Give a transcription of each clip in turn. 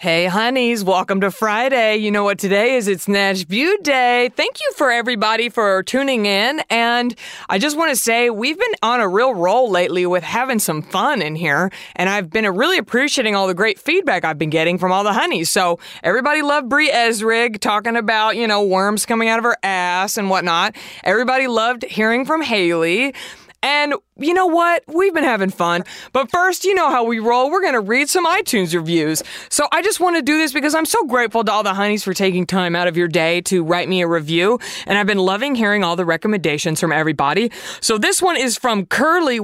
Hey, honeys, welcome to Friday. You know what today is? It's Nash Butte Day. Thank you for everybody for tuning in. And I just want to say we've been on a real roll lately with having some fun in here. And I've been really appreciating all the great feedback I've been getting from all the honeys. So everybody loved Brie Esrig talking about, you know, worms coming out of her ass and whatnot. Everybody loved hearing from Haley. And you know what? We've been having fun. But first, you know how we roll. We're going to read some iTunes reviews. So I just want to do this because I'm so grateful to all the honeys for taking time out of your day to write me a review. And I've been loving hearing all the recommendations from everybody. So this one is from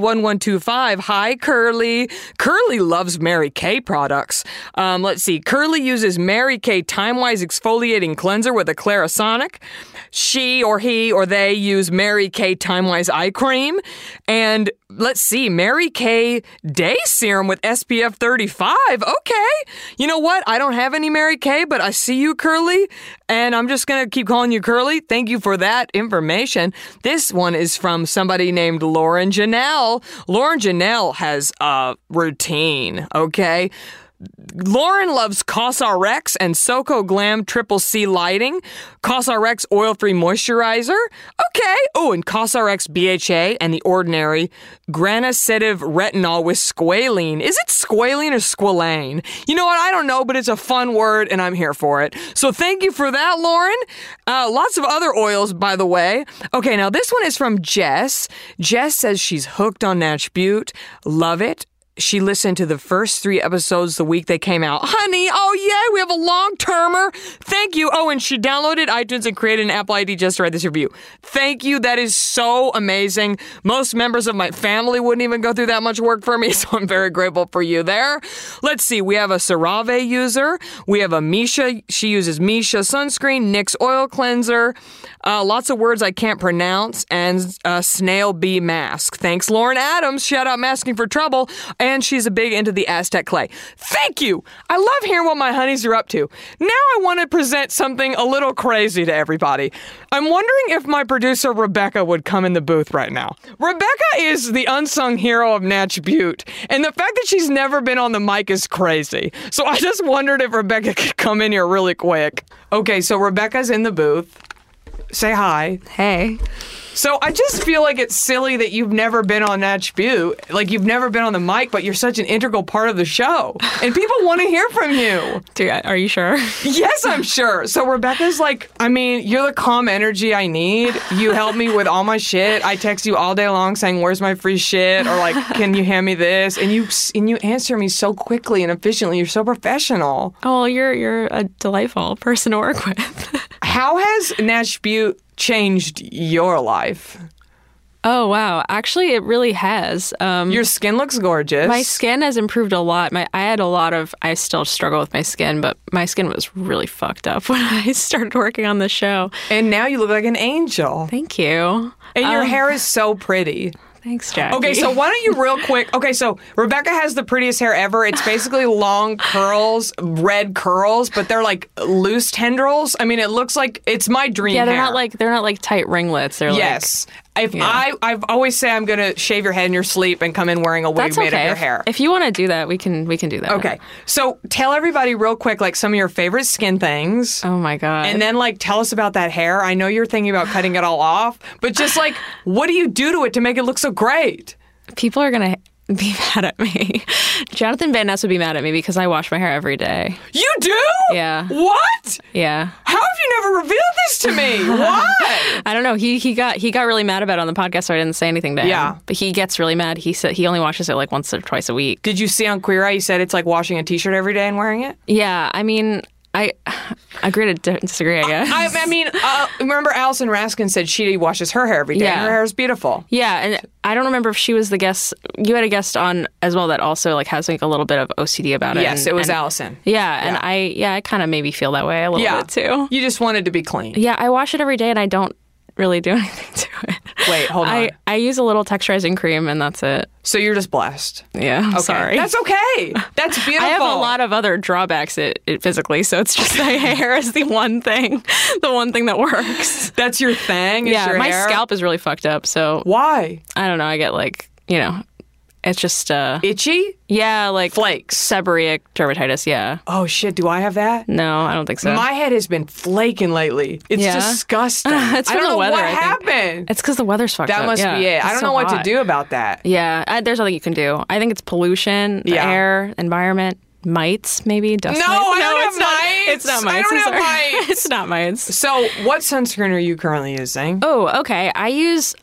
Curly1125. Hi, Curly. Curly loves Mary Kay products. Um, let's see. Curly uses Mary Kay Time Wise Exfoliating Cleanser with a Clarisonic. She or he or they use Mary Kay Time Wise Eye Cream. And let's see, Mary Kay Day Serum with SPF 35. Okay. You know what? I don't have any Mary Kay, but I see you, Curly, and I'm just going to keep calling you Curly. Thank you for that information. This one is from somebody named Lauren Janelle. Lauren Janelle has a routine, okay? Lauren loves COSRX and Soco Glam Triple C lighting, COSRX oil free moisturizer. Okay. Oh, and COSRX BHA and the ordinary granacetive retinol with squalene. Is it squalene or squalane? You know what? I don't know, but it's a fun word and I'm here for it. So thank you for that, Lauren. Uh, lots of other oils, by the way. Okay, now this one is from Jess. Jess says she's hooked on Natch Butte. Love it she listened to the first three episodes the week they came out. Honey, oh yeah, we have a long termer. Thank you. Oh, and she downloaded iTunes and created an Apple ID just to write this review. Thank you. That is so amazing. Most members of my family wouldn't even go through that much work for me, so I'm very grateful for you there. Let's see. We have a Cerave user. We have a Misha. She uses Misha sunscreen, NYX oil cleanser, uh, lots of words I can't pronounce, and uh, snail bee mask. Thanks, Lauren Adams. Shout out Masking for Trouble and she's a big into the Aztec clay. Thank you. I love hearing what my honeys are up to. Now I want to present something a little crazy to everybody. I'm wondering if my producer Rebecca would come in the booth right now. Rebecca is the unsung hero of Natch Butte, and the fact that she's never been on the mic is crazy. So I just wondered if Rebecca could come in here really quick. Okay, so Rebecca's in the booth. Say hi. Hey. So I just feel like it's silly that you've never been on Natch Butte. Like you've never been on the mic, but you're such an integral part of the show. And people want to hear from you. Do you- are you sure? Yes, I'm sure. So Rebecca's like, I mean, you're the calm energy I need. You help me with all my shit. I text you all day long saying, "Where's my free shit?" or like, "Can you hand me this?" And you and you answer me so quickly and efficiently. You're so professional. Oh, you're you're a delightful person to work with. How has Natch Butte changed your life? oh wow, actually, it really has. Um, Your skin looks gorgeous. my skin has improved a lot. My I had a lot of I still struggle with my skin, but my skin was really fucked up when I started working on the show. And now you look like an angel. Thank you. And your Um, hair is so pretty. Thanks, Jackie. Okay, so why don't you real quick? Okay, so Rebecca has the prettiest hair ever. It's basically long curls, red curls, but they're like loose tendrils. I mean, it looks like it's my dream. yeah, they're hair. not like they're not like tight ringlets. They're yes. If I I've always say I'm gonna shave your head in your sleep and come in wearing a wig like that's made okay. of your hair. If you want to do that, we can we can do that. okay, so tell everybody real quick like some of your favorite skin things. Oh my god. And then, like, tell us about that hair. I know you're thinking about cutting it all off, but just like, what do you do to it to make it look so great? people are gonna be mad at me. Jonathan Van Ness would be mad at me because I wash my hair every day. You do? Yeah. What? Yeah. How have you never revealed this to me? Why? I don't know. He he got he got really mad about it on the podcast, so I didn't say anything to him. Yeah. But he gets really mad. He said he only washes it like once or twice a week. Did you see on Queer Eye? You said it's like washing a T-shirt every day and wearing it. Yeah. I mean, I agree to di- disagree. I guess. I, I mean, uh, remember Allison Raskin said she washes her hair every day. and Yeah. Her hair is beautiful. yeah, and I don't remember if she was the guest. You had a guest on as well that also like has like a little bit of OCD about it. Yes, and- it was and- Allison. Yeah, and I yeah I kind of maybe feel that way a little Yeah, bit too. You just wanted to be clean. Yeah, I wash it every day and I don't really do anything to it. Wait, hold on. I, I use a little texturizing cream and that's it. so you're just blessed. Yeah, I'm sorry. That's okay. That's beautiful. I have a lot of other drawbacks it, it physically, so it's just my hair is the one thing, the one thing that works. That's your thing. is yeah, your my hair? scalp is really fucked up, so Why I don't know. I get like you know, it's just uh itchy? yeah like Flakes. seborrheic dermatitis. Yeah, Oh shit! Do I have that? no, I don't think so. My head has been flaking lately. It's Yeah. disgusting. It's I from don't the know weather, what I think. happened. it's because the weather's fucked up. That must yeah. be it. I It's don't so know what hot. to do about that. Yeah, I, there's nothing you can do. I think it's pollution, the Yeah. air, environment, mites, maybe dust. No, mites. I don't have it's not, mites. It's not I mites. don't I'm have sorry. mites. it's not mites. So, what sunscreen are you currently using? Oh, okay. I use.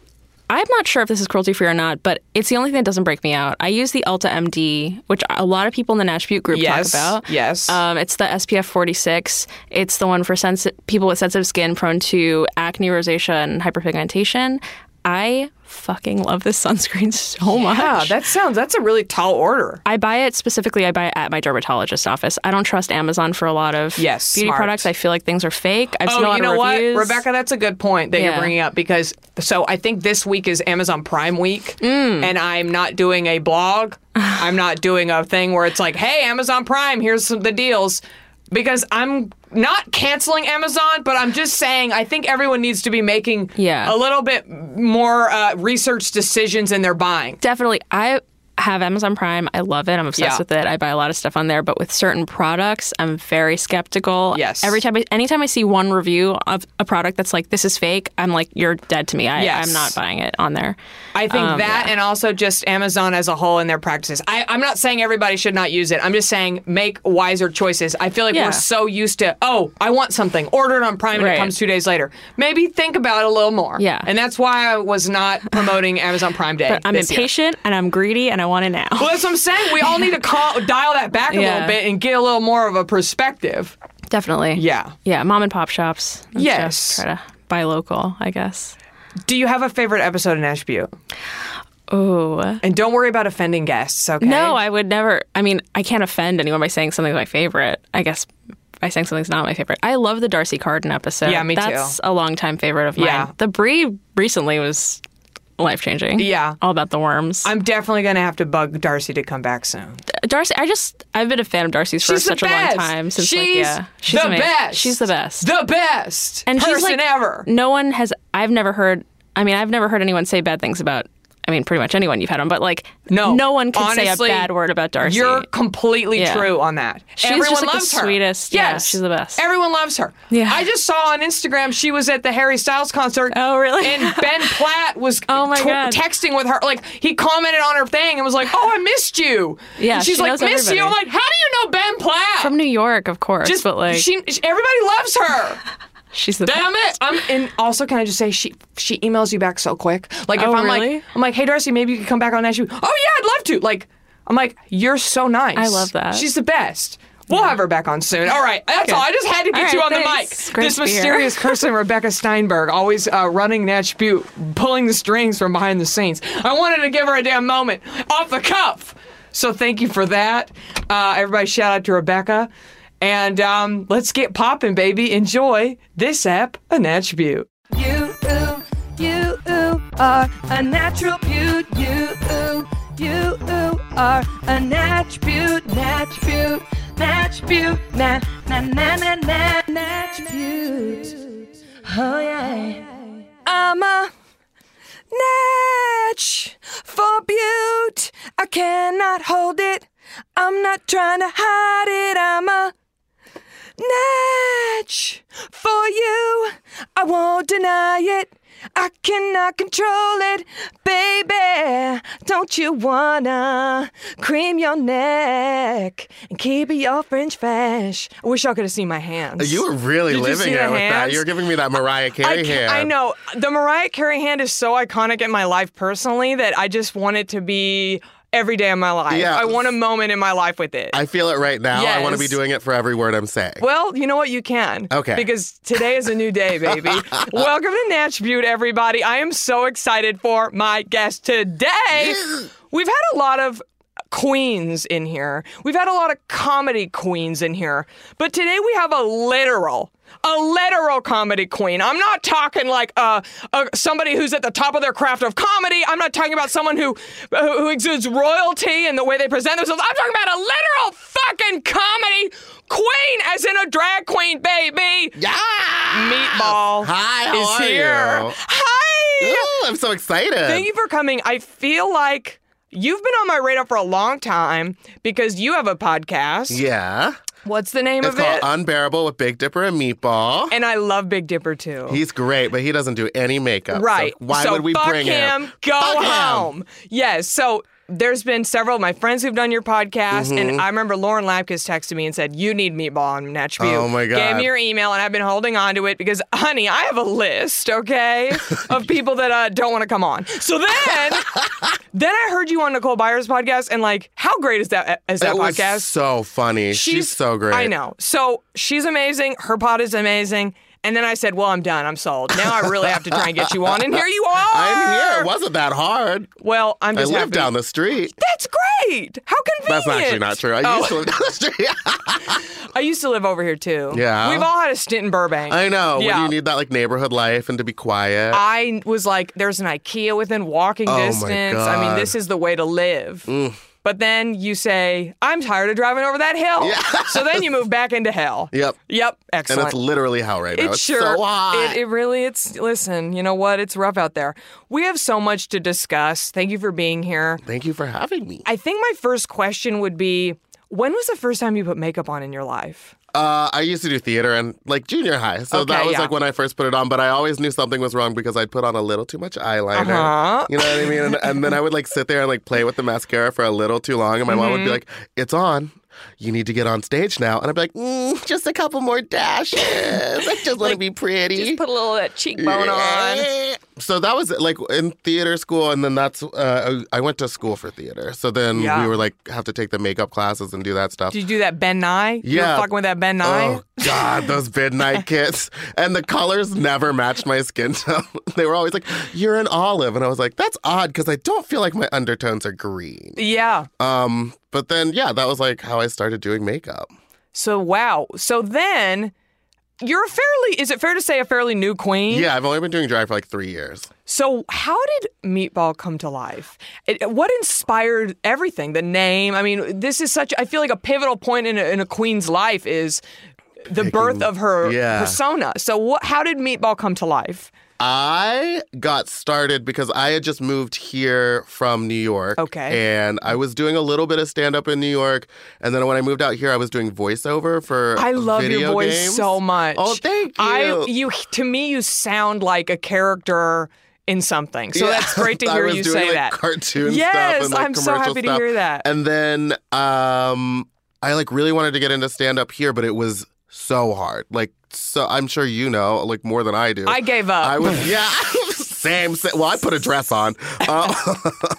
I'm not sure if this is cruelty free or not, but it's the only thing that doesn't break me out. I use the Ulta MD, which a lot of people in the Nash Butte group Yes, talk about. yes. Um, it's the SPF 46. It's the one for sensi- people with sensitive skin prone to acne, rosacea, and hyperpigmentation. I fucking love this sunscreen so much. Yeah, that sounds. That's a really tall order. I buy it specifically. I buy it at my dermatologist office. I don't trust Amazon for a lot of Yes, beauty smart. products. I feel like things are fake. I've seen a Oh, lot you know of reviews. what, Rebecca? That's a good point that you're Yeah. bringing up because so I think this week is Amazon Prime Week, Mm. and I'm not doing a blog. I'm not doing a thing where it's like, "Hey, Amazon Prime, here's some, the deals," because I'm not canceling Amazon, but I'm just saying I think everyone needs to be making Yeah. a little bit more uh, research decisions in their buying. Definitely, I have Amazon Prime. I love it. I'm obsessed Yeah. with it. I buy a lot of stuff on there, but with certain products, I'm very skeptical. Yes. Every time, I, anytime I see one review of a product that's like this is fake, I'm like, you're dead to me. I, Yes. I'm not buying it on there. I think Um, that and also just Amazon as a whole and their practices. I, I'm not saying everybody should not use it. I'm just saying make wiser choices. I feel like Yeah. we're so used to, oh, I want something, order it on Prime and it Right. comes two days later. Maybe think about it a little more. Yeah. And that's why I was not promoting Amazon Prime Day. I'm this year. impatient and I'm greedy and I want it now. Well, that's what I'm saying. We all need to call, dial that back a little Yeah. bit and get a little more of a perspective. Definitely. Yeah. Yeah. Mom and pop shops. and Yes. stuff. Try to buy local, I guess. Do you have a favorite episode in Ash Butte? Oh. And don't worry about offending guests, okay? No, I would never. I mean, I can't offend anyone by saying something's my favorite. I guess by saying something's not my favorite. I love the Darcy Carden episode. Yeah, me too. That's a longtime favorite of mine. Yeah. The Brie recently was life changing. Yeah. All about the worms. I'm definitely going to have to bug Darcy to come back soon. Darcy, I just, I've been a fan of Darcy's for She's such the a long best. time. Since like, she's yeah. She's the amazing. best. She's the best. The best and person she's like, ever. No one has. I've never heard. I mean, I've never heard anyone say bad things about. I mean, pretty much anyone you've had on, but like, No, no one can say honestly, a bad word about Darcy. You're completely Yeah. true on that. She's Everyone just, like, the loves her. sweetest. Yeah, she's the best. Everyone loves her. Yeah. I just saw on Instagram she was at the Harry Styles concert. Oh, really? And Ben Platt was Oh, my tw- God. texting with her. Like he commented on her thing and was like, "Oh, I missed you." Yeah, And she's she like, knows "Miss you." I'm everybody. like, "How do you know Ben Platt?" from New York, of course, just but like, she, she- everybody loves her. she's the Damn it! I'm and also can I just say she she emails you back so quick. Like if Oh, I'm like really? I'm like, hey Darcy, maybe you could come back on that shoot. Oh yeah, I'd love to. Like I'm like, you're so nice. I love that. She's the best. We'll have her back on soon. All right, that's all. I just had to get All you on right, thanks. the mic. Great This to be here. mysterious person, Rebecca Steinberg, always uh, running Natch Butte, pulling the strings from behind the scenes. I wanted to give her a damn moment off the cuff. So thank you for that. Uh, everybody, shout out to Rebecca. And um, let's get popping, baby. Enjoy this app, a Natch Butte. You, ooh, you, ooh, are a natural beaut. You, ooh, you, ooh, are a natch beaut, natch beaut, natch beaut, na, na, na, na, na, natch beaut. Oh, yeah. I'm a natch for beaut. I cannot hold it. I'm not trying to hide it. I'm a Natch for you. I won't deny it. I cannot control it, baby. Don't you wanna cream your neck and keep your French fresh? I wish y'all could have seen my hands. You were really Did you see living the it with that. hands? You're giving me that Mariah I, Carey can't- hand. I know the Mariah Carey hand is so iconic in my life personally that I just want it to be every day of my life. Yeah. I want a moment in my life with it. I feel it right now. I want to be Yes. doing it for every word I'm saying. Well, you know what? You can. Okay. Because today is a new day, baby. Welcome to Natch Butte, everybody. I am so excited for my guest today. We've had a lot of queens in here, we've had a lot of comedy queens in here, but today we have a literal. A literal comedy queen. I'm not talking like uh, uh, somebody who's at the top of their craft of comedy. I'm not talking about someone who who who exudes royalty in the way they present themselves. I'm talking about a literal fucking comedy queen, as in a drag queen, baby. yeah. Meatball Hi, how is are here. you? Hi. Ooh, I'm so excited. Thank you for coming. I feel like you've been on my radar for a long time because you have a podcast. Yeah. What's the name It's of called it? Unbearable with Big Dipper and Meatball. and I love Big Dipper too. He's great, but he doesn't do any makeup. so Right. why So would we fuck bring him? Go Fuck him. home. Yes. So there's been several of my friends who've done your podcast, Mm-hmm. and I remember Lauren Lapkus texted me and said, "You need meatball on Natch View." Oh, my Gave God. me your email, and I've been holding on to it because, honey, I have a list, okay, of people that uh, don't want to come on. So then, then I heard you on Nicole Byers' podcast, and like, how great is that? uh, Is that It was podcast? so funny. She's, so great. I know. So she's amazing. Her pod is amazing. And then I said, "Well, I'm done. I'm sold. Now I really have to try and get you on." And here you are. I'm here. It wasn't that hard. Well, I'm I just live happy. down the street. That's great. How convenient. Oh, That's actually not true. I used to live down the street. I used to live over here too. Yeah? We've all had a stint in Burbank. I know. Yeah. When you need that like neighborhood life and to be quiet. I was like, there's an IKEA within walking Oh my distance. I mean, God. Mm. this is the way to live. But then you say, I'm tired of driving over that hill. so then you move back into hell. Yep. Yep. and Excellent. it's literally hell right now. It it's sure. so hot. It, it really. It's listen. You know what? It's rough out there. We have so much to discuss. Thank you for being here. Thank you for having me. I think my first question would be, when was the first time you put makeup on in your life? Uh, I used to do theater in like junior high, so Okay, that was yeah. like when I first put it on. But I always knew something was wrong because I'd put on a little too much eyeliner. Uh-huh. You know what I mean? And, and then I would like sit there and like play with the mascara for a little too long, and my mom Mm-hmm. would be like, "It's on." You need to get on stage now, and I'd be like, mm, "Just a couple more dashes. I just want to be pretty." Just put a little of that cheekbone on. So that was like in theater school, and then that's uh, I went to school for theater. So then Yeah. we were like have to take the makeup classes and do that stuff. Did you do that Ben Nye? You were Yeah. fucking with that Ben Nye. Oh God, those midnight kits. And the colors never matched my skin tone. They were always like, "You're an olive," and I was like, "That's odd," because I don't feel like my undertones are green. Yeah. Um, but then yeah, that was like how I started doing makeup. So wow. So then. You're a fairly, is it fair to say a fairly new queen? Yeah, I've only been doing drag for like three years. So, how did Meatball come to life? It, what inspired everything? The name? I mean, this is such, I feel like a pivotal point in a, in a queen's life is the birth of her yeah. persona. So, what, how did Meatball come to life? I got started because I had just moved here from New York. Okay. And I was doing a little bit of stand up in New York. And then when I moved out here, I was doing voiceover for I love your video voice games. so much. Oh, thank you. I, you, to me, you sound like a character in something. So, Yeah. that's great to I hear was you doing, say like, that. Cartoon Yes, stuff and like I'm so commercial happy to stuff. hear that. And then um I like really wanted to get into stand up here, but it was so hard. Like so I'm sure you know, like more than I do. I gave up. I was yeah. Same, same. Well, I put a dress on. Uh,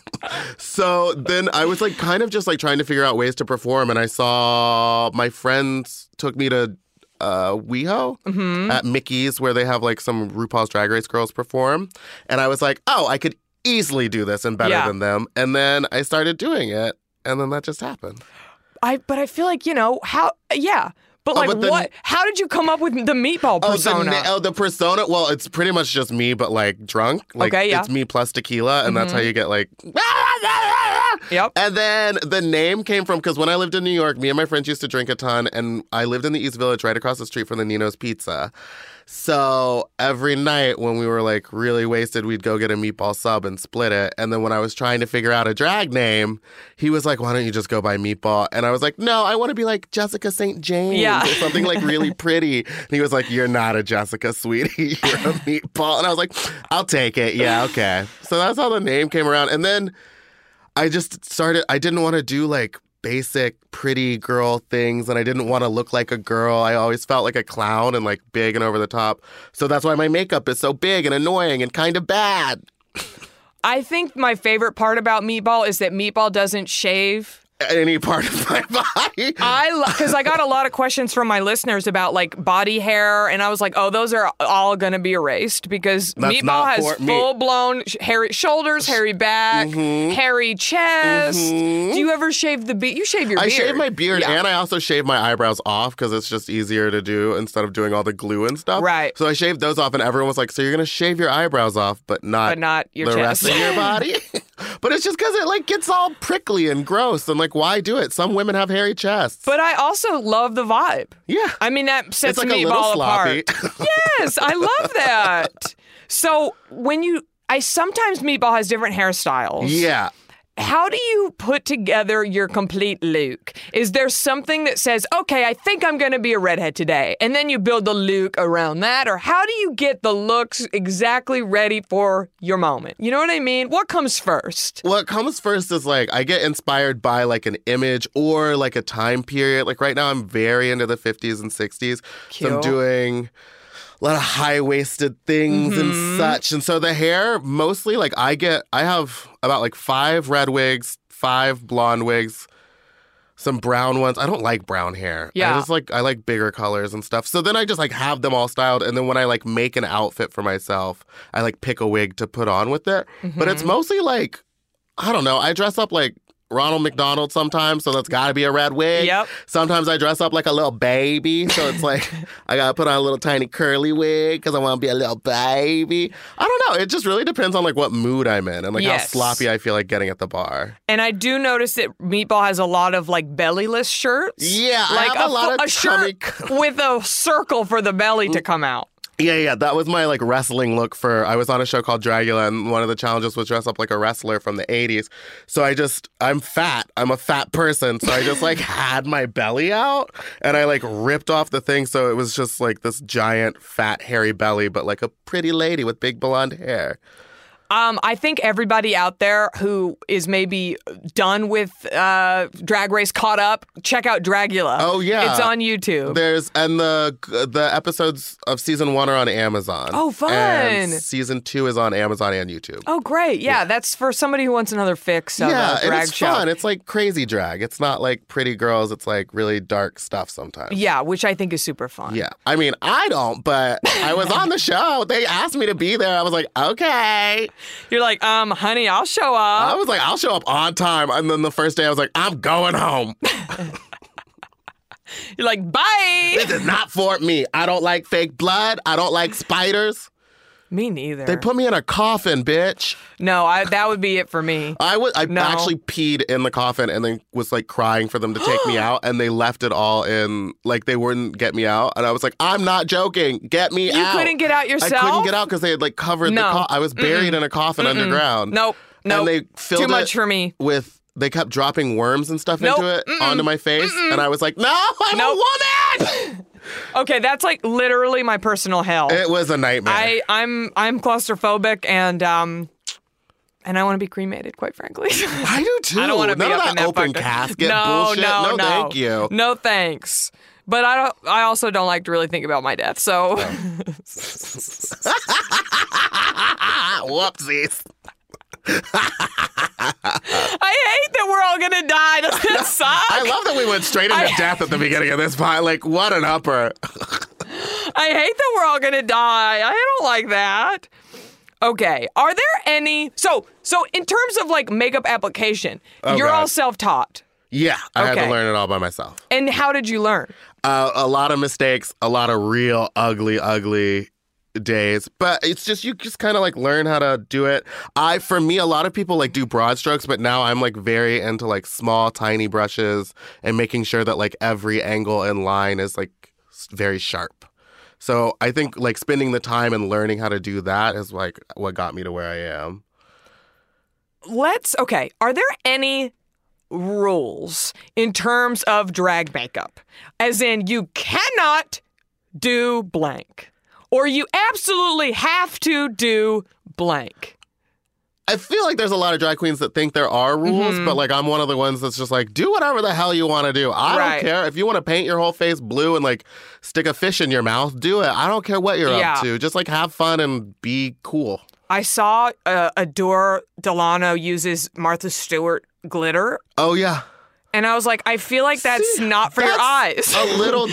so then I was like kind of just like trying to figure out ways to perform, and I saw my friends took me to uh, WeHo Mm-hmm. at Mickey's where they have like some RuPaul's Drag Race girls perform, and I was like, oh, I could easily do this and better Yeah. than them, and then I started doing it. And then that just happened. I but I feel like you know how yeah. But like Oh, but the- what? How did you come up with the meatball persona? Oh, the, na- oh, the persona. Well, it's pretty much just me, but like drunk. Like, Okay, yeah. Mm-hmm. It's me plus tequila, and that's how you get like. Yep. And then the name came from because when I lived in New York, me and my friends used to drink a ton, and I lived in the East Village right across the street from the Nino's Pizza. So every night when we were like really wasted, we'd go get a meatball sub and split it. And then when I was trying to figure out a drag name, he was like, Why don't you just go by meatball? And I was like, No, I want to be like Jessica St. James Yeah. or something like really pretty. And he was like, You're not a Jessica, sweetie. You're a meatball. And I was like, I'll take it. Yeah, okay. So that's how the name came around. And then I just started, I didn't want to do like basic pretty girl things and I didn't want to look like a girl. I always felt like a clown and like big and over the top. So that's why my makeup is so big and annoying and kind of bad. I think my favorite part about Meatball is that Meatball doesn't shave. Any part of my body. I because I got a lot of questions from my listeners about like body hair, and I was like, oh, those are all going to be erased because That's Meatball not has for me. full blown sh- hairy shoulders, hairy back, Mm-hmm. hairy chest. Do you ever shave the beard? You shave your I beard. shave my beard and I also shave my eyebrows off because it's just easier to do instead of doing all the glue and stuff. Right. So I shaved those off, and everyone was like, "So you're gonna shave your eyebrows off, but not, But not your the chest." rest of your body." but it's just because it like gets all prickly and gross, and like, why do it? Some women have hairy chests. but I also love the vibe. yeah, I mean that sets it's like a Meatball little sloppy. apart. Yes, I love that. So when you, I sometimes Meatball has different hairstyles. yeah. How do you put together your complete look? Is there something that says, okay, I think I'm going to be a redhead today, and then you build the look around that, or how do you get the looks exactly ready for your moment? You know what I mean? What comes first? What comes first is like I get inspired by like an image or like a time period. Like right now, I'm very into the 50s and 60s. So I'm Cute. doing a lot of high waisted things Mm-hmm. and such. And so the hair mostly like I get, I have about like five red wigs, five blonde wigs. Some brown ones. I don't like brown hair. I Yeah. just like I like bigger colors and stuff. So then I just like have them all styled, and then when I like make an outfit for myself, I like pick a wig to put on with it. But Mm-hmm. it's mostly like I don't know. I dress up like Ronald McDonald sometimes, so that's got to be a red wig. Yep. Sometimes I dress up like a little baby, so it's like I got to put on a little tiny curly wig because I want to be a little baby. I don't know. It just really depends on like what mood I'm in and like how Yes. sloppy I feel like getting at the bar. And I do notice that Meatball has a lot of like bellyless shirts. Yeah, I like have a lot fu- of a shirt tummy- with a circle for the belly to come out. Yeah, yeah, that was my like wrestling look for. I was on a show called Dragula, and one of the challenges was dress up like a wrestler from the '80s. So I just, I'm fat. I'm a fat person, so I just like had my belly out, and I like ripped off the thing, so it was just like this giant fat hairy belly, but like a pretty lady with big blonde hair. Um, I think everybody out there who is maybe done with uh, Drag Race caught up, check out Dragula. Oh, yeah. it's on YouTube. There's and the the episodes of season one are on Amazon. Oh, fun. And season two is on Amazon and YouTube. oh, great! Yeah, that's for somebody who wants another fix of a yeah, and drag it's show. fun. It's like crazy drag. It's not like pretty girls. It's like really dark stuff sometimes. Yeah, which I think is super fun. Yeah. I mean, I don't, but I was on the show. They asked me to be there. I was like, okay. You're like, um, honey, I'll show I up. was like, I'll show up on time. And then the first day, I was like, I'm going home. Oh. You're like, bye. This is not for me. I don't like fake blood. I don't like spiders. me neither. They put me in a coffin, bitch. no, I, that would be it for me. I was I No. actually peed in the coffin and then was like crying for them to take me out and they left it all in like they wouldn't get me out and I was like I'm not joking get me You out couldn't get out yourself. I couldn't get out because they had like covered No. the co- I was buried in a coffin underground Nope. Nope. and they filled Too much it for me. with they kept dropping worms and stuff Nope. into it onto my face and I was like no I'm Nope. a woman Okay, that's like literally my personal hell. it was a nightmare I, I'm I'm claustrophobic and um and I want to be cremated, quite frankly. I do too I don't want to None be of up that in that open fucker. casket no, bullshit No, no, thank you No thanks. But I don't. I also don't like to really think about my death. So Ah, whoopsies I hate that we're all gonna die. Doesn't it suck? I love that we went straight into I- death at the beginning of this pod. Like, what an upper. I hate that we're all gonna die. I don't like that. Okay. Are there any? So so in terms of like makeup application, you're God. all self-taught. Yeah, I had to Okay. learn it all by myself. And how did you learn? Uh, a lot of mistakes, a lot of real ugly, ugly days. But it's just, you just kind of like learn how to do it. I, for me, a lot of people like do broad strokes, but now I'm like very into like small, tiny brushes and making sure that like every angle and line is like s- very sharp. So I think like spending the time and learning how to do that is like what got me to where I am. let's okay are there any rules in terms of drag makeup as in you cannot do blank or you absolutely have to do blank I feel like there's a lot of drag queens that think there are rules, Mm-hmm. but like I'm one of the ones that's just like, do whatever the hell you want to do. I Right. don't care. If you want to paint your whole face blue and like stick a fish in your mouth, do it. I don't care what you're Yeah. up to. Just like have fun and be cool. I saw uh, Adore Delano uses Martha Stewart glitter, Oh yeah. and I was like, I feel like that's not for your eyes. That's A little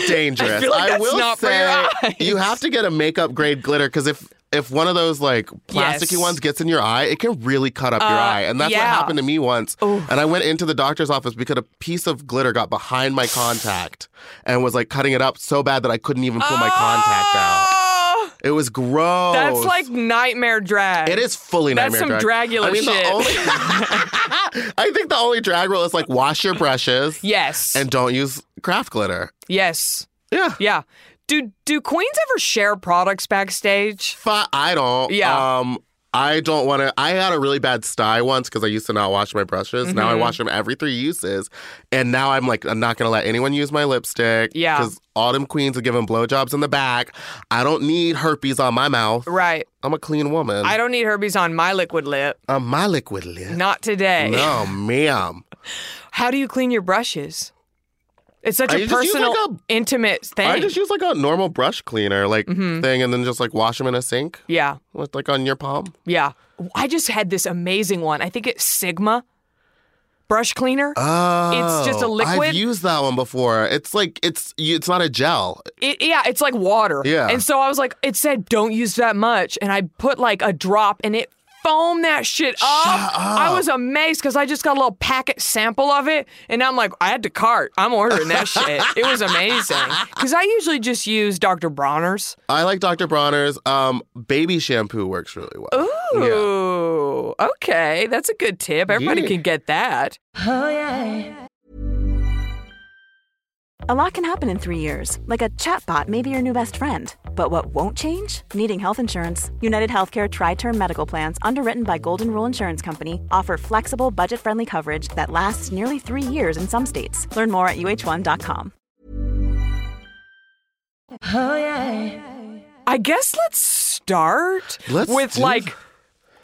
dangerous. I feel like that's will not for say your eyes. you have to get a makeup grade glitter because if if one of those like plasticky Yes. Uh, ones gets in your eye, it can really cut up your eye, and that's what yeah. happened to me once. And I went into the doctor's office because a piece of glitter got behind my contact and was like cutting it up so bad that I couldn't even pull my contact out. Oh, It was gross. that's like nightmare drag. It is fully That's nightmare some drag. Dragula I mean, shit. the only I think the only drag rule is like wash your brushes Yes. and don't use craft glitter. yes. Yeah. Yeah. Do do queens ever share products backstage? Fi I don't. Yeah. Um, I don't want to. I had a really bad sty once because I used to not wash my brushes. Now I Mm-hmm. wash them every three uses, and now I'm like, I'm not gonna let anyone use my lipstick. Yeah. Because autumn queens are giving blowjobs in the back. I don't need herpes on my mouth. Right. I'm a clean woman. I don't need herpes on my liquid lip. I'm my liquid lip. Not today. No, ma'am. How do you clean your brushes? It's such I a just use, personal, like, a- intimate thing. I just use like a normal brush cleaner, like Mm-hmm. thing, and then just like wash them in a sink, yeah. with, like on your palm. Yeah. I just had this amazing one. I think it's Sigma brush cleaner. Oh, It's just a liquid? I've used that one before. It's like it's you- it's not a gel. It, yeah, it's like water. Yeah. And so I was like, it said don't use that much. And I put like a drop and it foamed that shit up. I was amazed because I just got a little packet sample of it. And I'm like, I had to cart. I'm ordering that shit. It was amazing. Because I usually just use Dr. Bronner's. I like Dr. Bronner's. Um, baby shampoo works really well. Yeah. Ooh, okay. That's a good tip. Everybody Yeah. can get that. A lot can happen in three years, like a chatbot may be your new best friend. But what won't change? Needing health insurance. United Healthcare Tri Term Medical Plans, underwritten by Golden Rule Insurance Company, offer flexible, budget friendly coverage that lasts nearly three years in some states. Learn more at uh1.com. I guess let's start Let's with do like th-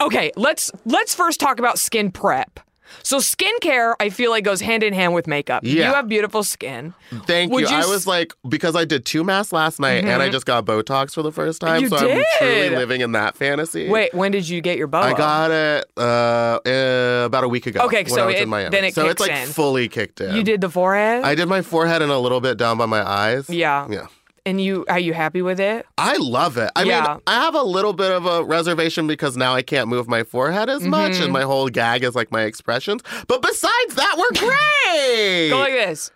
Okay, let's let's first talk about skin prep. So skincare I feel like goes hand in hand with makeup. Yeah. You have beautiful skin. Thank you. Would you I s- Mm-hmm. was like, because I did two masks last night and I just got Botox for the first time. You so I'm truly did? living in that fantasy. Wait, when did you get your boa? I got it uh, uh, about a week ago. Okay, when so I was it- in Miami. then it so kicks it's like in. fully kicked in. You did the forehead? I did my forehead and a little bit down by my eyes. Yeah. Yeah. and you are you happy with it? I love it. I Yeah. mean, I have a little bit of a reservation because now I can't move my forehead as much, Mm-hmm. and my whole gag is like my expressions. But besides that, we're great. Go like this.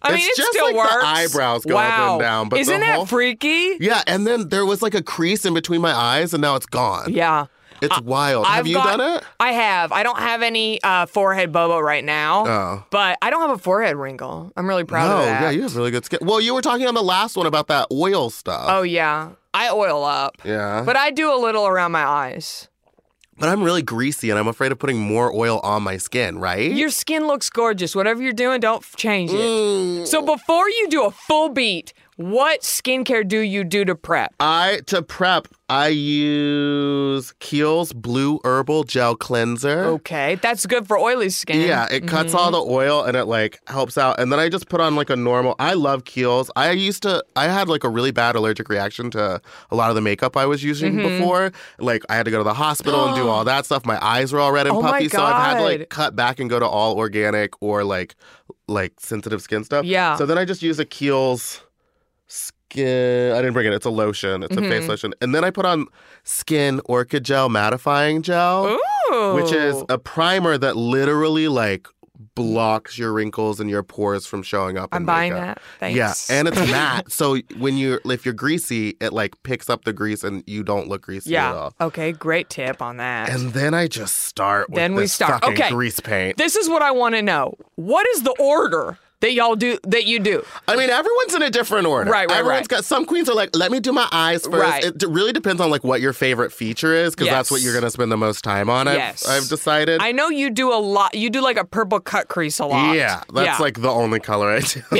I mean, It's it just still like the works. eyebrows go up and wow. down, but the Isn't whole- that freaky? yeah, and then there was like a crease in between my eyes, and now it's gone. Yeah. It's wild. I've have you got- done it? I have. I don't have any uh, forehead bobo right now. Oh. But I don't have a forehead wrinkle. I'm really proud No, of that. yeah, you have really good skin. Well, you were talking on the last one about that oil stuff. Oh yeah, I oil up. yeah. But I do a little around my eyes. But I'm really greasy, and I'm afraid of putting more oil on my skin, right? Your skin looks gorgeous. Whatever you're doing, don't f- change it. Mm. So before you do a full beat, what skincare do you do to prep? I to prep, I use Kiehl's Blue Herbal Gel Cleanser. Okay, that's good for oily skin. Mm. Mm-hmm. Yeah, it cuts all the oil and it like helps out. And then I just put on like a normal. I love Kiehl's. I used to. I had like a really bad allergic reaction to a lot of the makeup I was using Mm-hmm. before. Like I had to go to the hospital and do all that stuff. My eyes were all red and Oh my puffy, so I've had to God. like cut back and go to all organic or like like sensitive skin stuff. Yeah. So then I just use a Kiehl's. Skin. I didn't bring it. It's a lotion. It's a face Mm-hmm. lotion. And then I put on Skin Orchid Gel Mattifying Gel Ooh. which is a primer that literally like blocks your wrinkles and your pores from showing up. I'm in buying makeup. that. Thanks. Yeah, and it's matte, so when you're if you're greasy, it like picks up the grease and you don't look greasy at yeah. Oh. all. Okay, great tip on that. And then I just start. With Then we this start. fucking Okay. grease paint. this is what I want to know. What is the order that y'all do that you do? I mean, everyone's in a different order. Right, right, Everyone's right. got some queens are like, let me do my eyes first. Right. It d- really depends on like what your favorite feature is because that's what Yes. you're gonna spend the most time on. I've, Yes. I've decided. I know you do a lot. You do like a purple cut crease a lot. yeah, that's like the only color I do.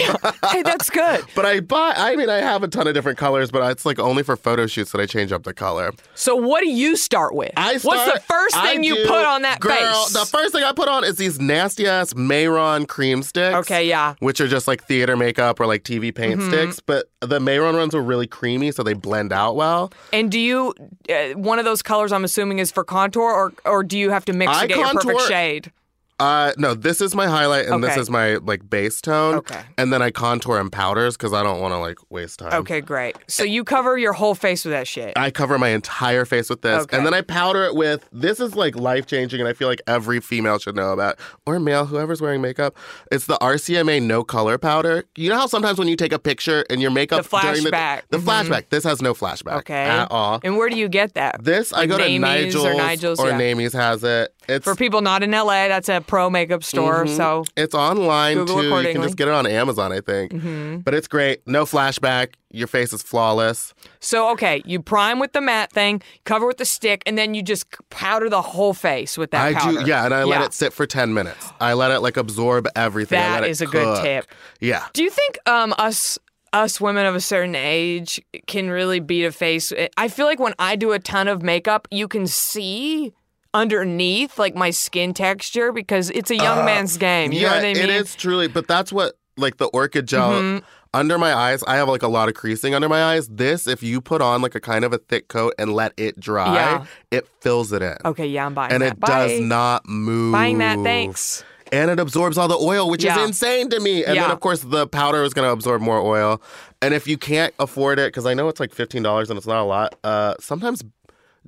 hey, that's good. But I buy, I mean, I have a ton of different colors, but it's like only for photo shoots that I change up the color. So what do you start with? I What's the start- first I thing you do- put on that girl, face? The first thing I put on is these nasty ass Mayron cream sticks. Okay, yeah, I Yeah. Mm-hmm. which are just like theater makeup or like TV paint sticks. But the Mayron ones were really creamy, so they blend out well. And do you uh, one of those colors? I'm assuming is for contour, or or do you have to mix I to get your contour- perfect shade? Uh, no, this is my highlight and this Okay. is my like base tone. Okay. And then I contour and powders because I don't want to like waste time. Okay, great. So you cover your whole face with that shit. I cover my entire face with this, Okay. and then I powder it with. This is like life changing, and I feel like every female should know about, or male, whoever's wearing makeup. It's the RCMA no color powder. You know how sometimes when you take a picture and your makeup The during the, flashback. Mm-hmm. the flashback. This has no flashback okay. at all. And where do you get that? This I Like go to Namie's Nigel's or Nigel's. yeah. Namie's has it. It's For people not in LA, that's a pro makeup store. Mm-hmm. So It's online Google too. You can accordingly. Mm-hmm. just get it on Amazon, I think. But it's great. No flashback. Your face is flawless. so okay, you prime with the matte thing, cover with the stick, and then you just powder the whole face with that I powder. do, yeah, and I let Yeah. it sit for ten minutes. I let it like absorb everything. I That let it is a good cook. tip. Yeah, Do you think um us us women of a certain age can really beat a face? I feel like when I do a ton of makeup, you can see underneath like my skin texture because it's a young man's game. You Uh, yeah, know what I mean? Mm-hmm. it is truly. But that's what like the orchid gel under my eyes. I have like a lot of creasing under my eyes. This, if you put on like a kind of a thick coat and let it dry, Yeah. it fills it in. Okay, yeah, I'm buying And that. it Bye. does not move. Buying that, thanks. and it absorbs all the oil, which Yeah. is insane to me. And then, Yeah. of course, the powder is going to absorb more oil. And if you can't afford it, because I know it's like fifteen dollars and it's not a lot, uh, sometimes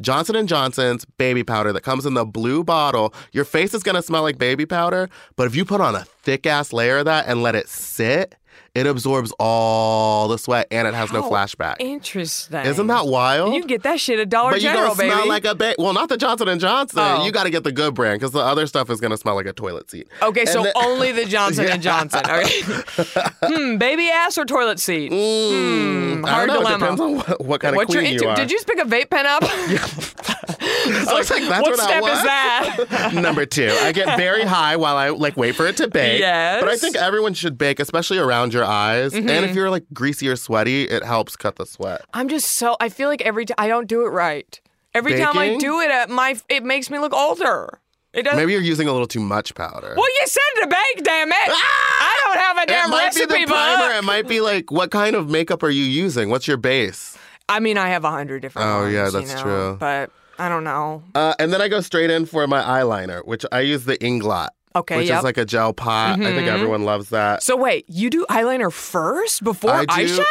Johnson and Johnson's baby powder that comes in the blue bottle, your face is going to smell like baby powder. But if you put on a thick ass layer of that and let it sit, it absorbs all the sweat and it has no How flashback. Oh, Interesting. Isn't that wild? You can get that shit at Dollar Oh. but you General, don't smell baby. like a ba- well, not the Johnson and Johnson. Oh. You got to get the good brand because the other stuff is gonna smell like a toilet seat. okay, so And the- only the Johnson and Johnson. Okay. hmm, baby ass or toilet seat? Mm, I hard don't know. dilemma. It depends on what, what kind Hmm, what of you're queen into? you are. Did you just pick a vape pen up? I was like, that's what what, step is I that? was. Number two, I get very high while I like wait for it to bake. Yes. Mm-hmm. But I think everyone should bake, especially around your eyes. And if you're like greasy or sweaty, it helps cut the sweat. I'm just so I feel like every time I don't do it right. Every time I Baking? do it, uh, my it makes me look older. It doesn't. Maybe you're using a little too much powder. well, you said to bake, damn it! I don't have a It damn Ah! might recipe be the primer. book. It might be like, what kind of makeup are you using? What's your base? I mean, I have a hundred different. Oh, yeah, ones, you that's know, true. But I don't know. Uh, and then I go straight in for my eyeliner, which I use the Inglot, Okay, which yep. Mm-hmm. is like a gel pot. I think everyone loves that. So wait, you do eyeliner first before I do. eyeshadow?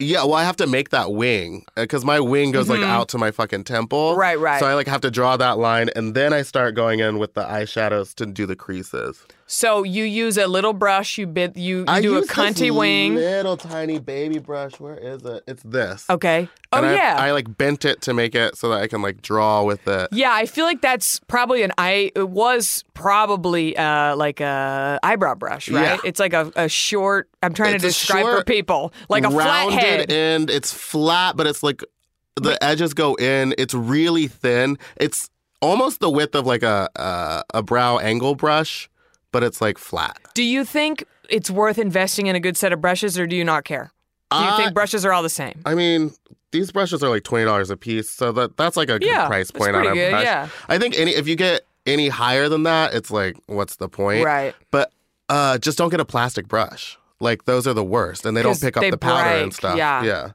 Yeah, well, I have to make that wing because my wing goes like out to my fucking temple. Mm-hmm. Right, right. So I like have to draw that line, and then I start going in with the eyeshadows to do the creases. So you use a little brush. You bit you, you I do a use this cunty wing. little tiny baby brush. Where is it? It's this. okay. Oh And I, yeah. I like bent it to make it so that I can like draw with it. Yeah, I feel like that's probably an I. It was probably uh, like a eyebrow brush, right? Yeah. It's like a, a short. I'm trying It's to a describe for short, people like a flat rounded head. end. It's flat, but it's like the edges go in. It's really thin. It's almost the width of like a a, a brow angle brush, but it's like flat. Do you think it's worth investing in a good set of brushes, or do you not care? Do you I- Uh, think brushes are all the same? I mean, these brushes are like twenty dollars a piece, so that that's like a good Yeah, price that's point on a pretty good, brush. yeah. I think any if you get any higher than that, it's like, what's the point? Right. But uh, just don't get a plastic brush. Like those are the worst, and they don't 'Cause pick up they the powder and break, stuff. yeah. yeah.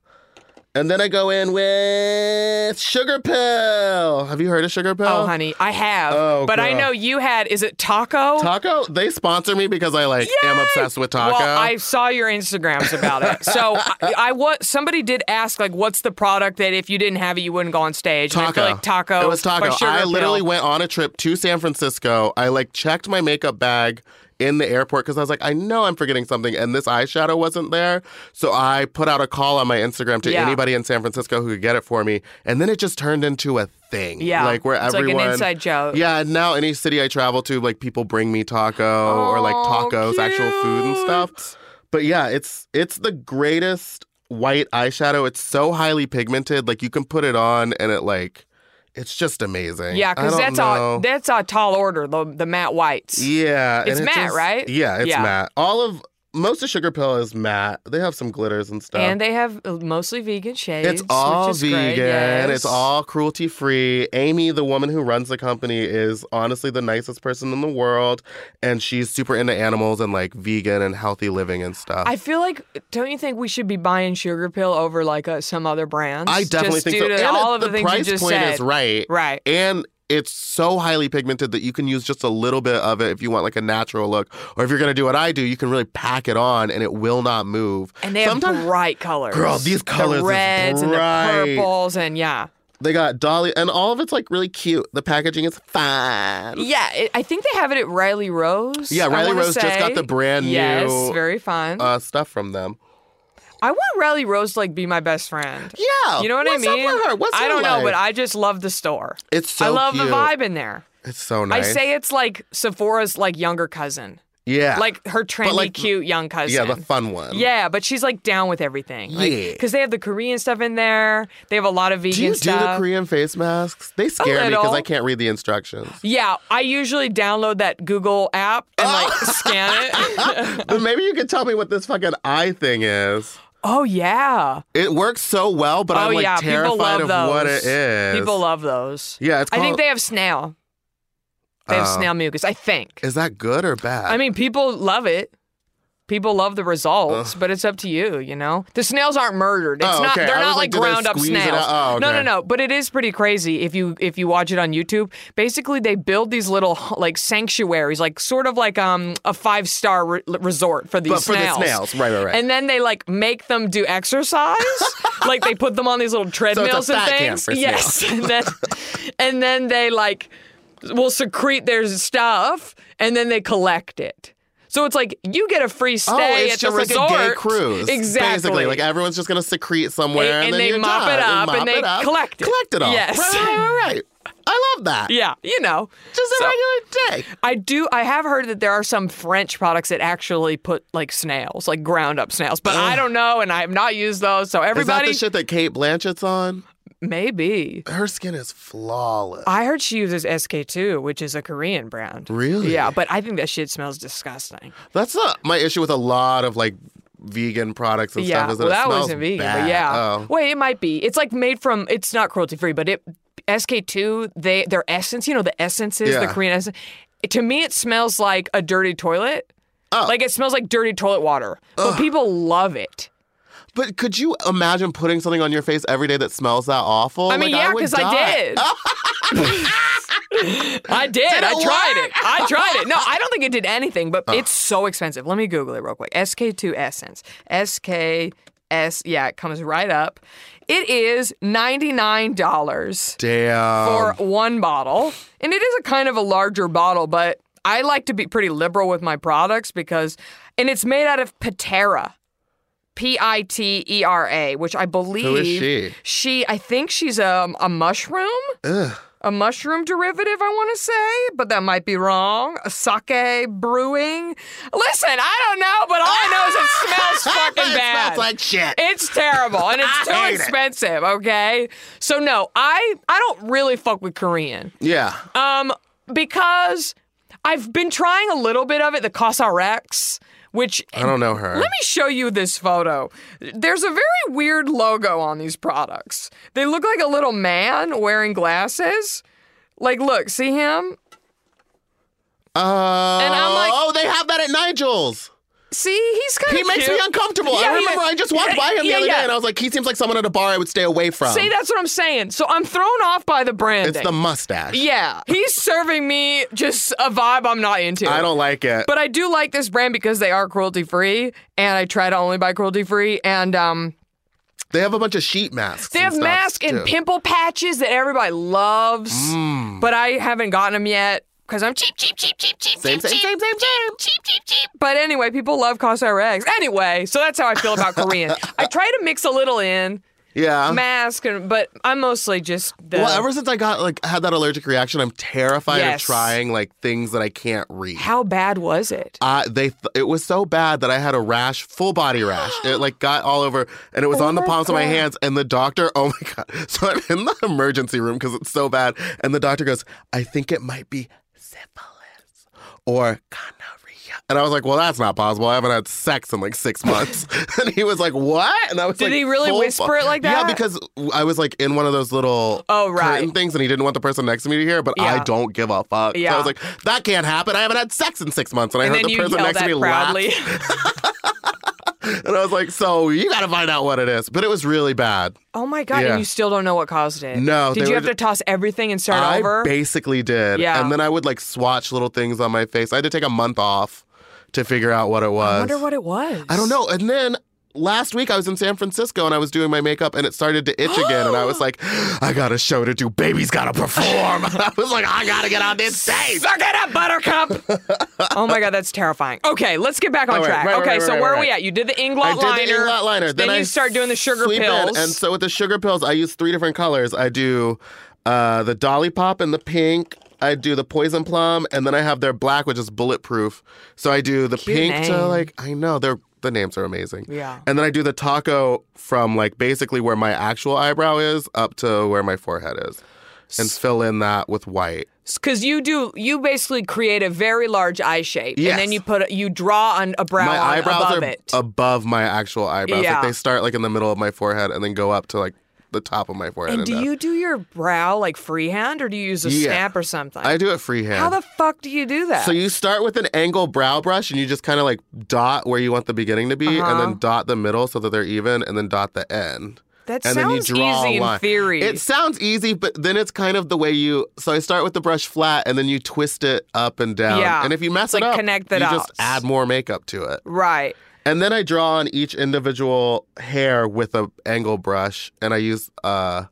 And then I go in with sugar pill. Have you heard of sugar pill? Oh, honey, I have. Oh, but I girl. know you had. Is it taco? Taco. They sponsor me because I like am obsessed with taco. Well, I saw your Instagrams about it. So I, I was somebody did ask like, what's the product that if you didn't have it, you wouldn't go on stage? And I Taco. feel like taco. It was by taco. Sugar I literally Pill. went on a trip to San Francisco. I like checked my makeup bag in the airport because I was like, I know I'm forgetting something, and this eyeshadow wasn't there. So I put out a call on my Instagram to Yeah. anybody in San Francisco who could get it for me, and then it just turned into a thing. Yeah. like where It's like an everyone inside joke. Yeah, and now any city I travel to, like people bring me taco or like Aw, tacos, actual food and cute. stuff. But yeah, it's it's the greatest white eyeshadow. It's so highly pigmented, like you can put it on and it like it's just amazing. Yeah, because because that's know. a that's a tall order. The the matte whites. yeah, It's and it matte, just- right? Yeah, it's Yeah. matte. All of most of Sugar Pill is matte. They have some glitters and stuff. And they have uh, mostly vegan shades. it's all which is vegan. Great, yes. It's all cruelty free. Amy, the woman who runs the company, is honestly the nicest person in the world, and she's super into animals and like vegan and healthy living and stuff. I feel like, don't you think we should be buying Sugar Pill over like uh, some other brands? I definitely Just think due so. To and all it- of the, things price you just point said. is right. Right. And it's so highly pigmented that you can use just a little bit of it if you want like a natural look, or if you're gonna do what I do, you can really pack it on and it will not move. And they have bright colors. Girl, these colors is The reds and bright. the purples and yeah. They got Dolly, and all of it's like really cute. The packaging is fine. Yeah, it, I think they have it at Riley Rose. Yeah, I Riley wanna Rose just say. got the brand Yes, new, very fun. Uh, stuff from them. I want Riley Rose to like be my best friend. Yeah, You know what what's I up mean? with her? What's I her don't know, but life? I just love the store. It's so I love cute. the vibe in there. It's so nice. I say it's like Sephora's like younger cousin. yeah, Like her trendy, like, cute young cousin. yeah, the fun one. Yeah, but she's like down with everything. Yeah. Because they have the Korean stuff in there. They have a lot of vegan Do you stuff. do the Korean face masks? They scare me little. because I can't read the instructions. yeah, I usually download that Google app and like scan it. but maybe you could tell me what this fucking eye thing is. oh yeah. It works so well, but oh I'm like yeah. People terrified love of those. what it is. People love those. Yeah, it's I think called- they have snail. They have Oh. snail mucus. I think. Is that good or bad? I mean, people love it. People love the results, but it's up to you, you know. The snails aren't murdered. It's Oh, not okay. they're I was not like, like, do they ground up squeeze it out? snails. Oh, No, okay. no, no. But it is pretty crazy if you if you watch it on YouTube. Basically, they build these little like sanctuaries, like sort of like um a five star re- resort for these But for the snails. snails. Right, right, right. And then they like make them do exercise. like they put them on these little treadmills and fat camp things. for yes. and then and then they like will secrete their stuff and then they collect it. So it's like you get a free stay oh, it's at just the like resort. a gay cruise. Exactly. Basically, like everyone's just gonna secrete somewhere, And- and and, then they you're mop it done. up, and mop they it up. collect it. collect it all. Yes. Right, right, right, right. I love that. yeah, you know. Just a So- regular day. I do. I have heard that there are some French products that actually put like snails, like ground up snails, but I don't know, and I have not used those. So everybody, Is that the shit that Kate Blanchett's on? maybe. Her skin is flawless. I heard she uses SK2, which is a Korean brand. Really? Yeah, but I think that shit smells disgusting. That's not my issue with a lot of like vegan products and yeah, stuff. Is that well, it that smells wasn't vegan, bad. but yeah. Oh. Wait, it might be. It's like made from. It's not cruelty free, but it SK2. They their essence. You know the essences, the Yeah. Korean essence. It- to me, it smells like a dirty toilet. Oh. Like it smells like dirty toilet water, but people love it. But could you imagine putting something on your face every day that smells that awful? I mean, Like, yeah, would because I, die. did. I did. I it tried work? Oh. it. I tried it. No, I don't think it did anything, but it's so expensive. Let me Google it real quick. SK2 Essence. SKS. Yeah, it comes right up. It is $99 Damn. for one bottle. And it is a kind of a larger bottle, but I like to be pretty liberal with my products because, and it's made out of Pitera. P I T E R A, which I believe she? she- I think she's um, a mushroom, a mushroom derivative. I want to say, but that might be wrong. Sake brewing. Listen, I don't know, but all I know is it smells fucking It bad. smells like shit. It's terrible and it's I too hate it. expensive, okay? So no, I I don't really fuck with Korean. yeah. Um because I've been trying a little bit of it, the Cosrx, which I don't know her. um, let me show you this photo. There's a very weird logo on these products. They look like a little man wearing glasses. Like look, see him? Oh, And I'm like- oh, they have that at Nigel's. See, he's kind He of makes me uncomfortable. Yeah, I he- remember I just walked by him the yeah, other yeah. day and I was like, he seems like someone at a bar I would stay away from. See, that's what I'm saying. So I'm thrown off by the branding. It's the mustache. Yeah, he's serving me just a vibe I'm not into. I don't like it. But I do like this brand because they are cruelty free, and I try to only buy cruelty free. And um, they have a bunch of sheet masks. they have and stuff, mask and too. Mm. pimple patches that everybody loves, but I haven't gotten them yet because I'm cheap, cheap, cheap, cheap, cheap, Same, cheap, same, cheap, same, same, same. cheap, cheap, cheap. But anyway, people love CosRX. Anyway, so that's how I feel about Korean. I try to mix a little in Yeah. mask, and but I'm mostly just the. Um, Well, ever since I got like had that allergic reaction, I'm terrified Yes. of trying like things that I can't read. how bad was it? I they th- it was so bad that I had a rash, full body rash. It like got all over, and it Oh was on the palms of my hands. And the doctor, oh my god! So I'm in the emergency room because it's so bad, and the doctor goes, "I think it might be syphilis or gonorrhea." And I was like, well, that's not possible. I haven't had sex in like six months. and he was like, what? And I was Did like, he really full whisper fu- it like Yeah, that? because I was like in one of those little Oh, right. curtain things and he didn't want the person next to me to hear, but I Yeah. don't give a fuck. So Yeah. I was like, that can't happen. I haven't had sex in six months. And I and heard then the you person yell next to that me laugh. proudly. And I was like, so you got to find out what it is. But it was really bad. oh my god! Yeah. And you still don't know what caused it. No, Did they you were have to ju- toss everything and start I over? basically did. Yeah. And then I would like swatch little things on my face. I had to take a month off to figure out what it was. I wonder what it was. I don't know. And then last week I was in San Francisco and I was doing my makeup and it started to itch again. And I was like, I got a show to do. Baby's got to perform. I was like, I got to get on this stage. Suck it up, Buttercup. oh my god, that's terrifying. Okay, let's get back on All right, track. right, right, okay, right, so right, where are right. we at? You did the I inglot did liner. the inglot liner. Then, I you start doing the sugar sweep it. pills. And so with the sugar pills, I use three different colors. I do uh, the Dolly Pop and the pink. I do the poison plum, and then I have their black, which is bulletproof. So I do the Cute pink to name. like I know they're the names are amazing. Yeah. And then I do the taco from like basically where my actual eyebrow is up to where my forehead is, and fill in that with white. Because you do, you basically create a very large eye shape, Yes. and then you put a, you draw on a brow my on eyebrows above are it. above my actual eyebrows. Yeah. Like they start like in the middle of my forehead and then go up to like the top of my forehead. and do up. you do your brow like freehand, or do you use a Yeah. snap or something? I do it freehand. How the fuck do you do that? So you start with an angle brow brush and you just kind of like dot where you want the beginning to be and Uh-huh. then dot the middle so that they're even and then dot the end. that and sounds then you draw a easy in line. theory. It sounds easy, but then it's kind of the way you. So I start with the brush flat, and then you twist it up and down. Yeah. And if you It's mess it like up, connect the you just dots. add more makeup to it. right. And then I draw on each individual hair with a angle brush, and I use uh,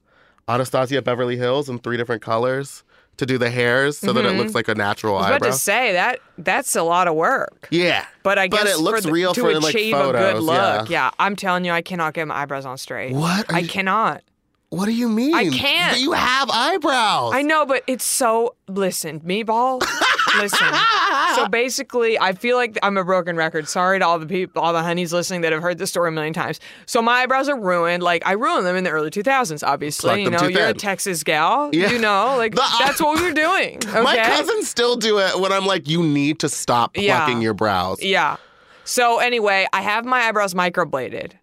Anastasia Beverly Hills in three different colors to do the hairs so that it looks like a natural Mm-hmm. I was about eyebrow. to say that that's a lot of work. Yeah, But I guess but it looks for the, real to for like achieve photos. a good look. Yeah. Yeah. I'm telling you, I cannot get my eyebrows on straight. What? Are I you- cannot. What do you mean? can't. But You have eyebrows. I know, but it's so. Listen, meatball. listen. So basically, I feel like I'm a broken record. Sorry to all the people, all the honeys listening that have heard this story a million times. So my eyebrows are ruined. Like I ruined them in the early 2000s. Obviously, Plucked you them know, too you're a thin. Texas gal. Yeah. You know, like The- that's what we were doing. Okay. My cousins still do it when I'm like, you need to stop Yeah. plucking your brows. Yeah. So anyway, I have my eyebrows microbladed.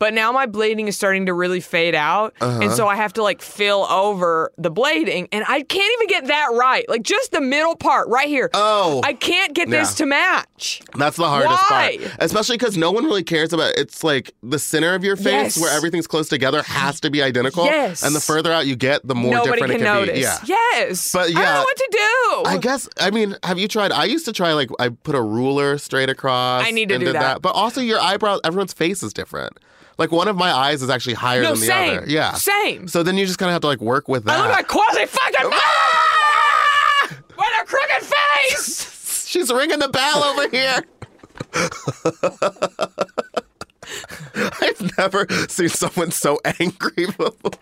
But now my blading is starting to really fade out. And Uh-huh. so I have to like fill over the blading. And I can't even get that right. Like just the middle part right here. Oh. I can't get this Yeah. to match. That's the hardest Why? part. Especially because no one really cares about It's like the center of your face Yes. where everything's close together has to be identical. Yes. And the further out you get, the more Nobody can, different it can notice. be. Yeah. Yes. But I don't yeah, know what to do. I guess I mean, have you tried? I used to try like I put a ruler straight across. I need to and do did that. But also your eyebrow, everyone's face is different. Like one of my eyes is actually higher No, than the same. other. Yeah, Same. So then you just kind of have to like work with that. I look like Ah! quasi fucking Oh. What a crooked face. She's ringing the bell over here. I've never seen someone so angry before.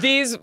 these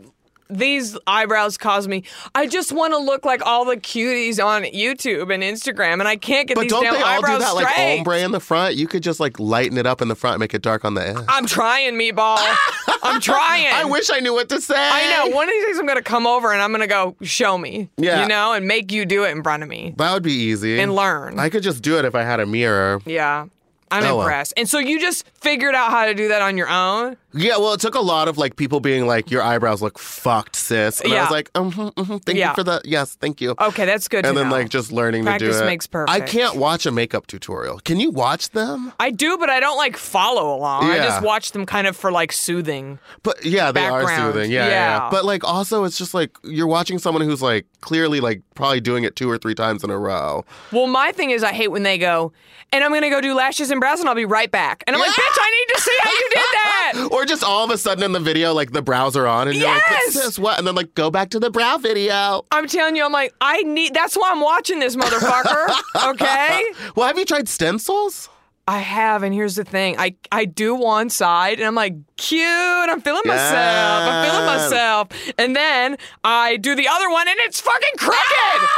these eyebrows cause me. I just want to look like all the cuties on YouTube and Instagram, and I can't get But these don't damn they all do eyebrows that? Like straight. ombre in the front? You could just like lighten it up in the front and make it dark on the end. I'm trying, meatball. I'm trying. I wish I knew what to say. I know. One of these days, I'm gonna come over and I'm gonna go show me. Yeah. You know, and make you do it in front of me That would be easy. and learn. I could just do it if I had a mirror. yeah. I'm Oh, well. impressed. And so you just figured out how to do that on your own. Yeah, well, it took a lot of like people being like, "Your eyebrows look fucked, sis," and I Yeah. was like, "Mm-hmm, mm-hmm, thank Yeah. you for the yes, thank you." Okay, that's good. and to then know. like just learning to Practice do it. makes I perfect. can't watch a makeup tutorial. Can you watch them? I do, but I don't like follow along. I Yeah. just watch them kind of for like soothing. But yeah, they are Background. soothing. Yeah, yeah, yeah. Yeah. But like also, it's just like you're watching someone who's like clearly like probably doing it two or three times in a row. Well, my thing is, I hate when they go, and I'm gonna go do lashes and brows, and I'll be right back. And I'm like, bitch, I need to see how you did that. Or just all of a sudden in the video, like the brows are on, and you're like, Yes! "What's this? What?" And then like go back to the brow video. I'm telling you, I'm like, I need. That's why I'm watching this motherfucker. Okay, Well, have you tried stencils? I have, and here's the thing, I I do one side, and I'm like, cute. I'm feeling myself. I'm feeling Yes. myself. And then I do the other one, and it's fucking crooked.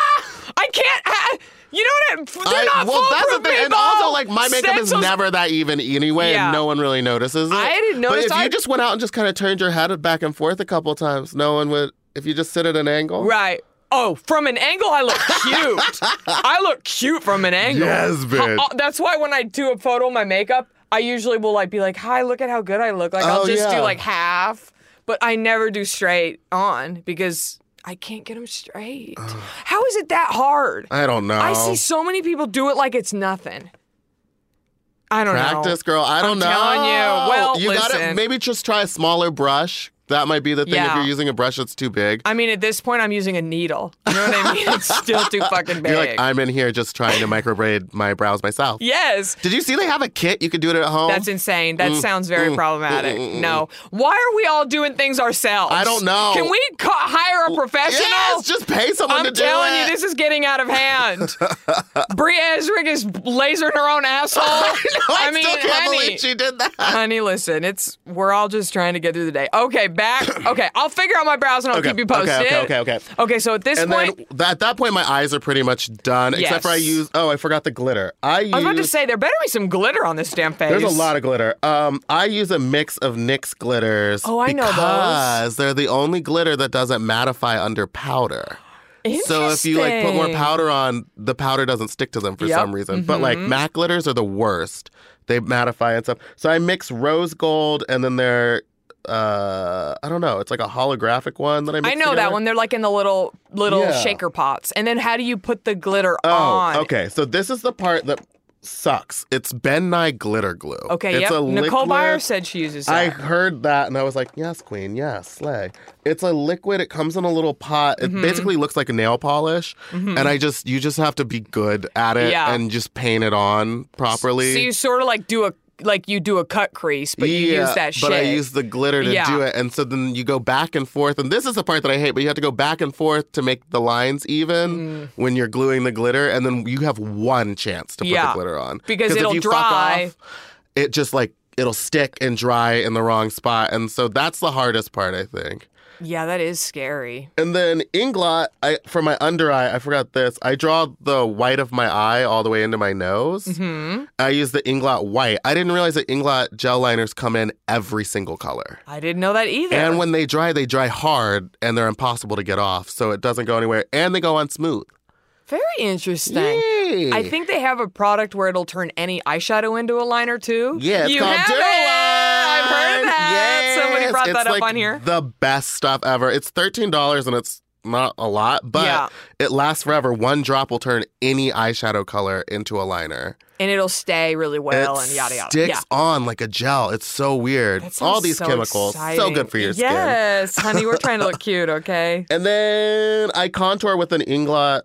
I can't. I, you know what? I, they're Ah! I- not well, that's the foolproof, thing. And people. also, like, my makeup Stencils- is never that even anyway, Yeah. and no one really notices it. I didn't But notice if I- you just went out and just kind of turned your head back and forth a couple times, no one would. If you just sit at an angle, Right. Oh, from an angle, I look cute. I look cute from an angle. Yes, bitch. Uh, that's why when I do a photo of my makeup, I usually will like be like, "Hi, look at how good I look." Like I'll Oh, just yeah. do like half, but I never do straight on because I can't get them straight. how is it that hard? I don't know. I see so many people do it like it's nothing. I don't know. Practice, girl. I don't know. telling you. Well, you gotta listen. maybe just try a smaller brush. That might be the thing. If Yeah. you're using a brush that's too big, I mean, at this point, I'm using a needle. You know what I mean? It's still too fucking big. you're like, I'm in here just trying to microbraid my brows myself. yes. Did you see they have a kit? You could do it at home. That's insane. That sounds very problematic. mm, mm, mm. No. Why are we all doing things ourselves? I don't know. Can we ca- hire a professional? Yes, just pay someone to I'm do telling it. you, this is getting out of hand. Brie Esrick is lasering her own asshole. I, I, mean, still can't honey, believe she did that. honey, listen, it's we're all just trying to get through the day. Okay, back. Okay, I'll figure out my brows and I'll Okay, keep you posted. okay, okay, okay, okay. Okay, so at this and point, then th- at that point, my eyes are pretty much done. Except for I Yes. use. Oh, I forgot the glitter. I, use. I was about to say there better be some glitter on this damn face. There's a lot of glitter. Um, I use a mix of NYX glitters. Oh, I know those. Because they're the only glitter that doesn't mattify under powder. So if you like put more Interesting. powder on, the powder doesn't stick to them for Yep. Mm-hmm. some reason. But like matte glitters are the worst. They mattify and stuff. So I mix rose gold and then they're uh I don't know. It's like a holographic one that I mix I know that together. one. They're like in the little little Yeah. shaker pots. And then how do you put the glitter Oh, on? okay. So this is the part that sucks. It's Ben Nye glitter glue. Okay, it's yep. a Nicole liquid- Byer said she uses I that. heard that and I was like, yes, queen, yes, slay. It's a liquid. It comes in a little pot. Mm-hmm. It basically looks like a nail polish. And I just, you just have to be good at it Yeah. and just paint it on properly. so you sort of like do a like you do a cut crease, but you yeah, use that shit. But I use the glitter to Yeah. do it. And so then you go back and forth. And this is the part that I hate, but you have to go back and forth to make the lines Mm. even when you're gluing the glitter. And then you have one chance to put the Yeah. glitter on. Because if it'll you fuck off, dry. it just like, it'll stick and dry in the wrong spot. And so that's the hardest part, I think. yeah, that is scary. And then Inglot, I for my under eye, I forgot this. I draw the white of my eye all the way into my nose. Mm-hmm. I use the Inglot white. I didn't realize that Inglot gel liners come in every single color. I didn't know that either. And when they dry, they dry hard and they're impossible to get off, so it doesn't go anywhere. And they go on smooth. Very interesting. Yay. I think they have a product where it'll turn any eyeshadow into a liner too. Yeah, it's you called have Duo it! I've heard Line. that. Somebody Yes, brought it's that up like on here. The best stuff ever. It's thirteen dollars and it's not a lot, but Yeah. it lasts forever. One drop will turn any eyeshadow color into a liner. and it'll stay really well it and yada yada. Sticks yeah. on like a gel. It's so weird. That All sounds these so chemicals. So exciting. good for your skin. Yes, honey, we're trying to look cute, okay? And then I contour with an Inglot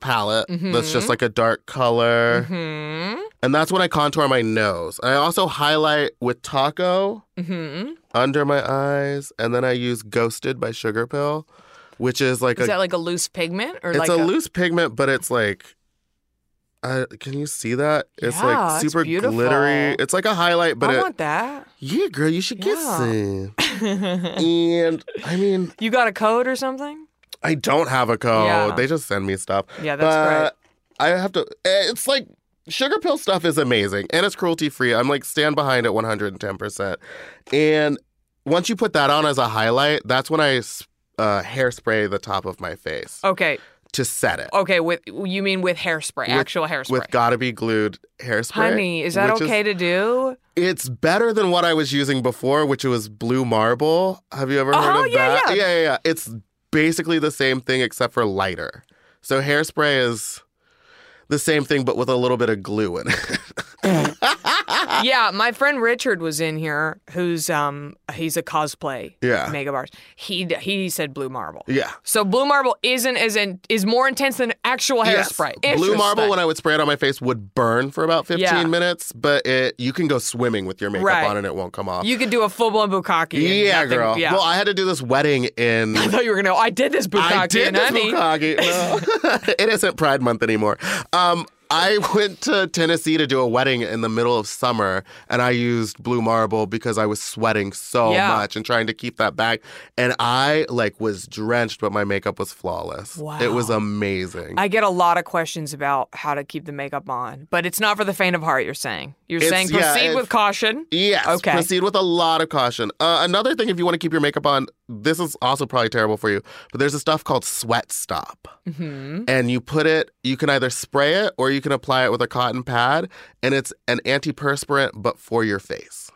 palette Mm-hmm. that's just like a dark color. Hmm. And that's when I contour my nose. I also highlight with Taco Hmm. under my eyes. And then I use Ghosted by Sugar Pill, which is like Is a that like a loose pigment or it's like a, loose pigment, but it's like, uh, can you see that? It's Yeah, like it's super glittery. beautiful. It's like a highlight, but I it, want that. yeah, girl, you should get Yeah. some. and I mean, You got a code or something? I don't have a code. Yeah. They just send me stuff. Yeah, that's great. I have to. It's like sugar pill stuff is amazing and it's cruelty free. I'm like stand behind it 110. percent And once you put that on as a highlight, that's when I s- uh, hairspray the top of my face Okay. to set it Okay, with you mean with hairspray, Oh, actual hairspray. with gotta be glued hairspray. honey, is that which okay to do? It's better than what I was using before, which was blue marble. Have you ever Oh, heard of yeah, that? yeah. yeah, yeah. It's basically the same thing except for lighter. So hairspray is the same thing but with a little bit of glue in it. Ah. yeah, my friend Richard was in here who's um he's a cosplay Yeah. makeup artist. He he said blue marble. yeah. So blue marble isn't as in, is more intense than actual Yes. hairspray. Blue marble Interesting. when I would spray it on my face would burn for about 15 Yeah. minutes, but it you can go swimming with your makeup Right. on and it won't come off. you could do a full blown bukkake. and yeah, nothing- girl. Yeah. Well, I had to do this wedding in I thought you were gonna. I did this bukkake, I did and this honey. Bukkake. No. it isn't Pride Month anymore. Um, I went to Tennessee to do a wedding in the middle of summer, and I used blue marble because I was sweating so Yeah. much and trying to keep that back. And I like was drenched, but my makeup was flawless. It was amazing. I get a lot of questions about how to keep the makeup on, but it's not for the faint of heart. You're saying you're It's- saying yeah, proceed it's- with caution. Yes. Okay. Proceed with a lot of caution. Uh, another thing, if you want to keep your makeup on, this is also probably terrible for you, but there's a stuff called Sweat Stop. Mm-hmm. And you put it, you can either spray it or you can apply it with a cotton pad. And it's an antiperspirant, but for your face.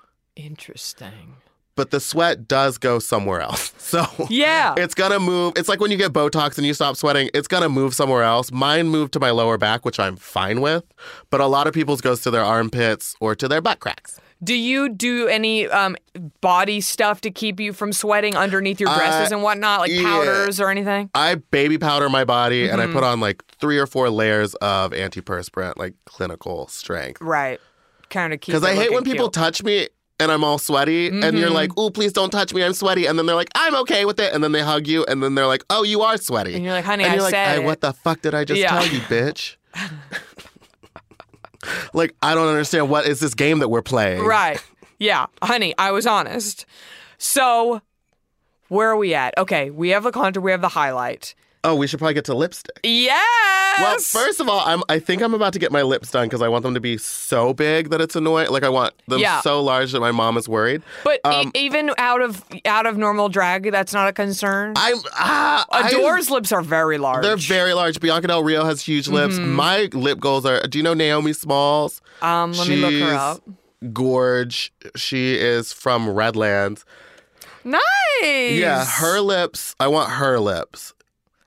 Interesting. But the sweat does go somewhere else. So Yeah. it's gonna move. It's like when you get Botox and you stop sweating, it's gonna move somewhere else. Mine moved to my lower back, which I'm fine with, but a lot of people's goes to their armpits or to their butt cracks. Do you do any um, body stuff to keep you from sweating underneath your dresses Uh, and whatnot, like yeah. powders or anything? I baby powder my body and Mm-hmm. I put on like three or four layers of antiperspirant, like clinical strength. Right. Kind of keep. Because I it hate when looking people cute. Mm-hmm. touch me and I'm all sweaty, and you're like, "Ooh, please don't touch me, I'm sweaty," and then they're like, "I'm okay with it," and then they hug you, and then they're like, "Oh, you are sweaty," And you're like, "Honey, and I you're like, said it." "Ay, "What the fuck did I just Yeah. tell you, bitch?" like, I don't understand what is this game that we're playing. Right. Yeah. Honey, I was honest. So where are we at? Okay, we have the contour, we have the highlight. Oh, we should probably get to lipstick. Yes. Well, first of all, I'm, I think I'm about to get my lips done because I want them to be so big that it's annoying. Like, I want them Yeah. so large that my mom is worried. But e- um, even out of out of normal drag, that's not a concern. I'm ah, I- Adore's lips are very large. Mm-hmm. They're very large. Bianca Del Rio has huge lips. My lip goals are. Do you know Naomi Smalls? Um, let me look her She's up. Gorge. She is from Redlands. Nice. Yeah, her lips. I want her lips.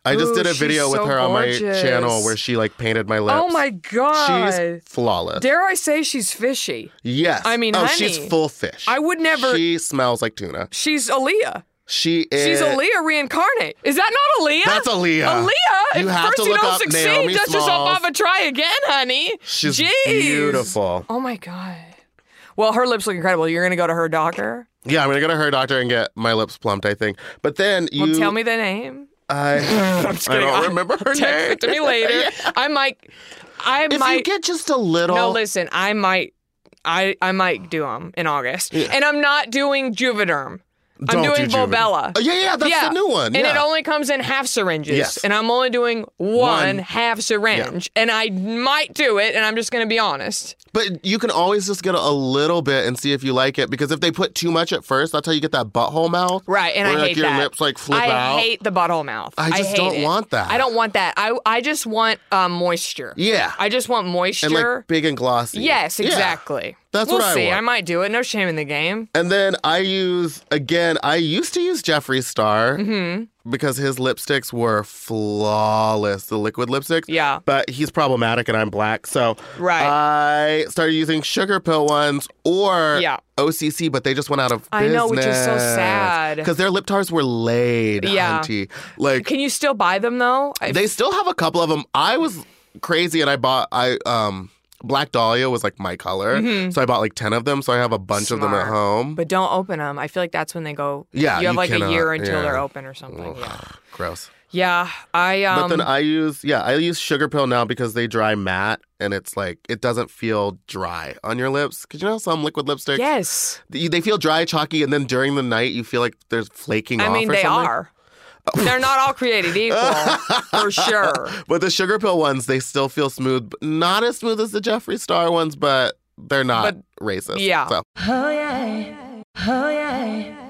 I just Ooh, did a she's video with so her on my gorgeous. channel where she like painted my lips. Oh my god. She's flawless. Dare I say she's fishy? yes. I mean, oh, honey, she's full fish. I would never- She smells like tuna. She's Aaliyah. She is. She's Aaliyah reincarnate. Is that not Aaliyah? That's Aaliyah. Aaliyah. if You have first to you look don't up succeed, Naomi dust yourself Smalls. off and try again, honey. She's Jeez. beautiful. Oh my god. Well, her lips look incredible. You're gonna go to her doctor. Yeah, I'm gonna go to her doctor and get my lips plumped. I think. But then you Well, tell me the name. I, I kidding. don't I- remember her Text name. it to me later. I might. I If might. you get just a little, no, listen. I might. I I might do them in August, and I'm not doing Juvederm. I'm Don't doing do Juvederm. Volbella. Oh, yeah, yeah, that's the new one. And it yeah. only comes in half syringes. Yes. And I'm only doing one, One. half syringe. And I might do it, and I'm just going to be honest. But you can always just get a little bit and see if you like it because if they put too much at first, that's how you get that butthole mouth. Right. And where, I like, hate your that. lips like flip I out. hate the butthole mouth. I just hate don't it. want that. I don't want that. I, I just want uh, moisture. Yeah. I just want moisture. and like big and glossy. yes, Yeah. exactly. That's we'll what I see. want. I might do it. No shame in the game. And then I use again. I used to use Jeffree Star Mm-hmm. because his lipsticks were flawless, the liquid lipsticks. Yeah. but he's problematic, and I'm black, so Right. I started using sugar pill ones or Yeah. OCC, but they just went out of I business. know, which is so sad. because their lip tars were laid. Yeah. hunty. like Can you still buy them, though? I- they still have a couple of them. I was crazy and I bought I um Black Dahlia was like my color. So I bought like 10 of them, so I have a bunch of them at Mm-hmm. Smart. home. but don't open them. I feel like that's when they go. Yeah, You have you like a year cannot- until yeah. they're open or something. Yeah. Ugh, Gross. Yeah. I. Um, But then I use yeah, I use sugar pill now because they dry matte and it's like it doesn't feel dry on your lips cuz you know some liquid lipsticks Yes. they they feel dry chalky and then during the night you feel like they're flaking I off mean, or they something. are. They're not all created equal, for sure. But the sugar pill ones they still feel smooth, but not as smooth as the Jeffree Star ones, but they're not racist. yeah. So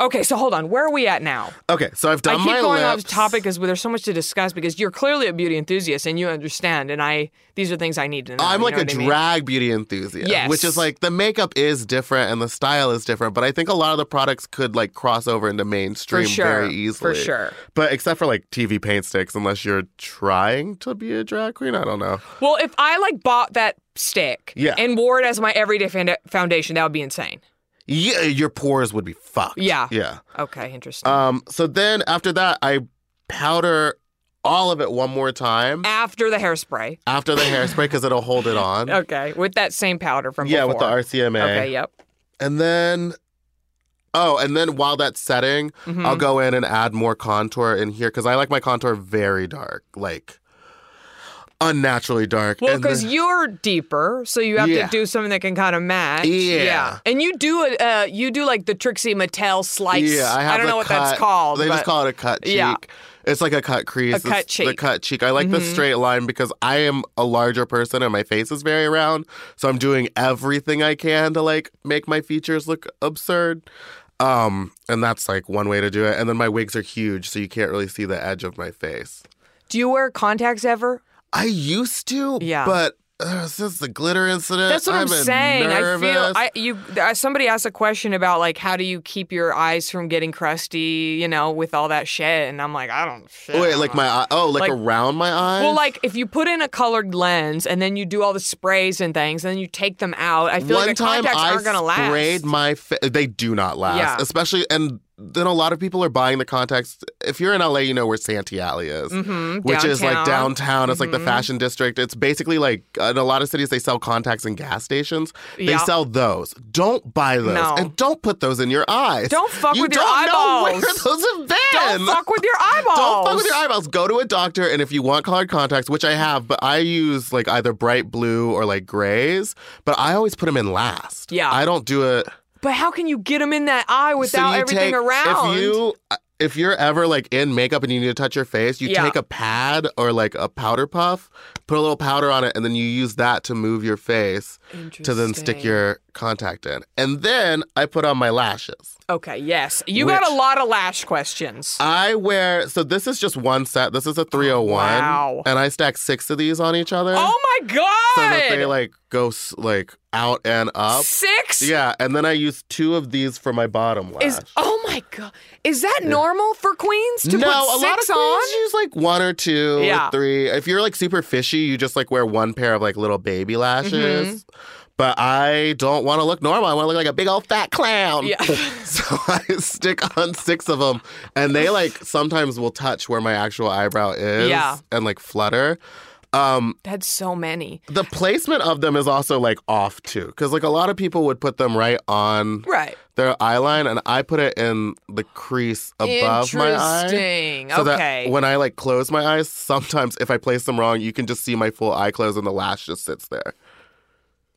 Okay, so hold on. Where are we at now? Okay, so I've done I keep my going lips. off topic because there's so much to discuss because you're clearly a beauty enthusiast and you understand, and I these are things I need to know. I'm you like know a what I mean? drag beauty enthusiast, Yes. which is like the makeup is different and the style is different, but I think a lot of the products could like cross over into mainstream sure, for very easily. sure. But except for like TV paint sticks, unless you're trying to be a drag queen, I don't know. Well, if I like bought that stick Yeah. and wore it as my everyday fanda- foundation, that would be insane. Yeah, your pores would be fucked. Yeah. yeah. Okay, interesting. Um. So then after that, I powder all of it one more time After the hairspray. after the hairspray because it'll hold it on. Okay, with that same powder from Yeah, with before. the RCMA. Okay, yep. And then, oh, and then while that's setting, I'll go in and add more contour in here because I like my contour very dark, like unnaturally dark. Well, And because then- you're deeper, so you have Yeah. to do something that can kind of match. Yeah. and you do it. Uh, you do like the Trixie Mattel slice. yeah, I have don't the know what cut- that's called. They but- just call it a cut cheek. Yeah. It's like a cut crease. A It's cut The cheek. Mm-hmm. cut cheek. I like the straight line because I am a larger person and my face is very round. So I'm doing everything I can to like make my features look absurd. Um, and that's like one way to do it. And then my wigs are huge, so you can't really see the edge of my face. Do you wear contacts ever? I used to, Yeah. but uh, since the glitter incident, That's what Uh, I'm, I'm, saying. Nervous. I feel I you uh, somebody asked a question about like how do you keep your eyes from getting crusty, you know, with all that shit, and I'm like, I don't. Shit, I Wait, don't like know. my eye? Oh, like, Like- around my eyes? Well, like if you put in a colored lens and then you do all the sprays and things, and then you take them out, I feel one like the time contacts I aren't gonna last. sprayed my fa- they do not last, Yeah. especially and then a lot of people are buying the contacts. If you're in LA, you know where Santee Alley is, Mhm, which is like downtown. Mm-hmm. downtown. It's like the fashion district. It's basically like in a lot of cities they sell contacts in gas stations. They Yeah. sell those. Don't buy those No. and don't put those in your eyes. Don't fuck you with your don't Know eyeballs. where those have been. Don't fuck with your eyeballs. Don't fuck with your eyeballs. Go to a doctor, and if you want colored contacts, which I have, but I use like either bright blue or like grays, but I always put them in last. Yeah. I don't do it But how can you get them in that eye So without you everything take- around? If you uh, if you're ever like in makeup and you need to touch your face, you Yeah. take a pad or like a powder puff, put a little powder on it, and then you use that to move your face to then stick your contact in. And then I put on my lashes. Okay, yes. You Which- Uh, got a lot of lash questions. I wear so this is just one set. This is a 301. Wow. And I stack six of these on each other. oh my god! so that they like go s- like out and up. Six? Yeah, and then I use two of these for my bottom lash. Is oh my god! Is that normal for queens to put no, a lot of six queens on? use like one or two, or Yeah. three. If you're like super fishy, you just like wear one pair of like little baby lashes. Mm-hmm. But I don't want to look normal. I want to look like a big old fat clown. Yeah. so I stick on six of them, and they like sometimes will touch where my actual eyebrow is. Yeah. and like flutter. Um, That's so many. the placement of them is also like off too because like a lot of people would put them right on Right. their eye line and i put it in the crease above my eye Interesting. so okay. that when i like close my eyes sometimes if i place them wrong you can just see my full eye close and the lash just sits there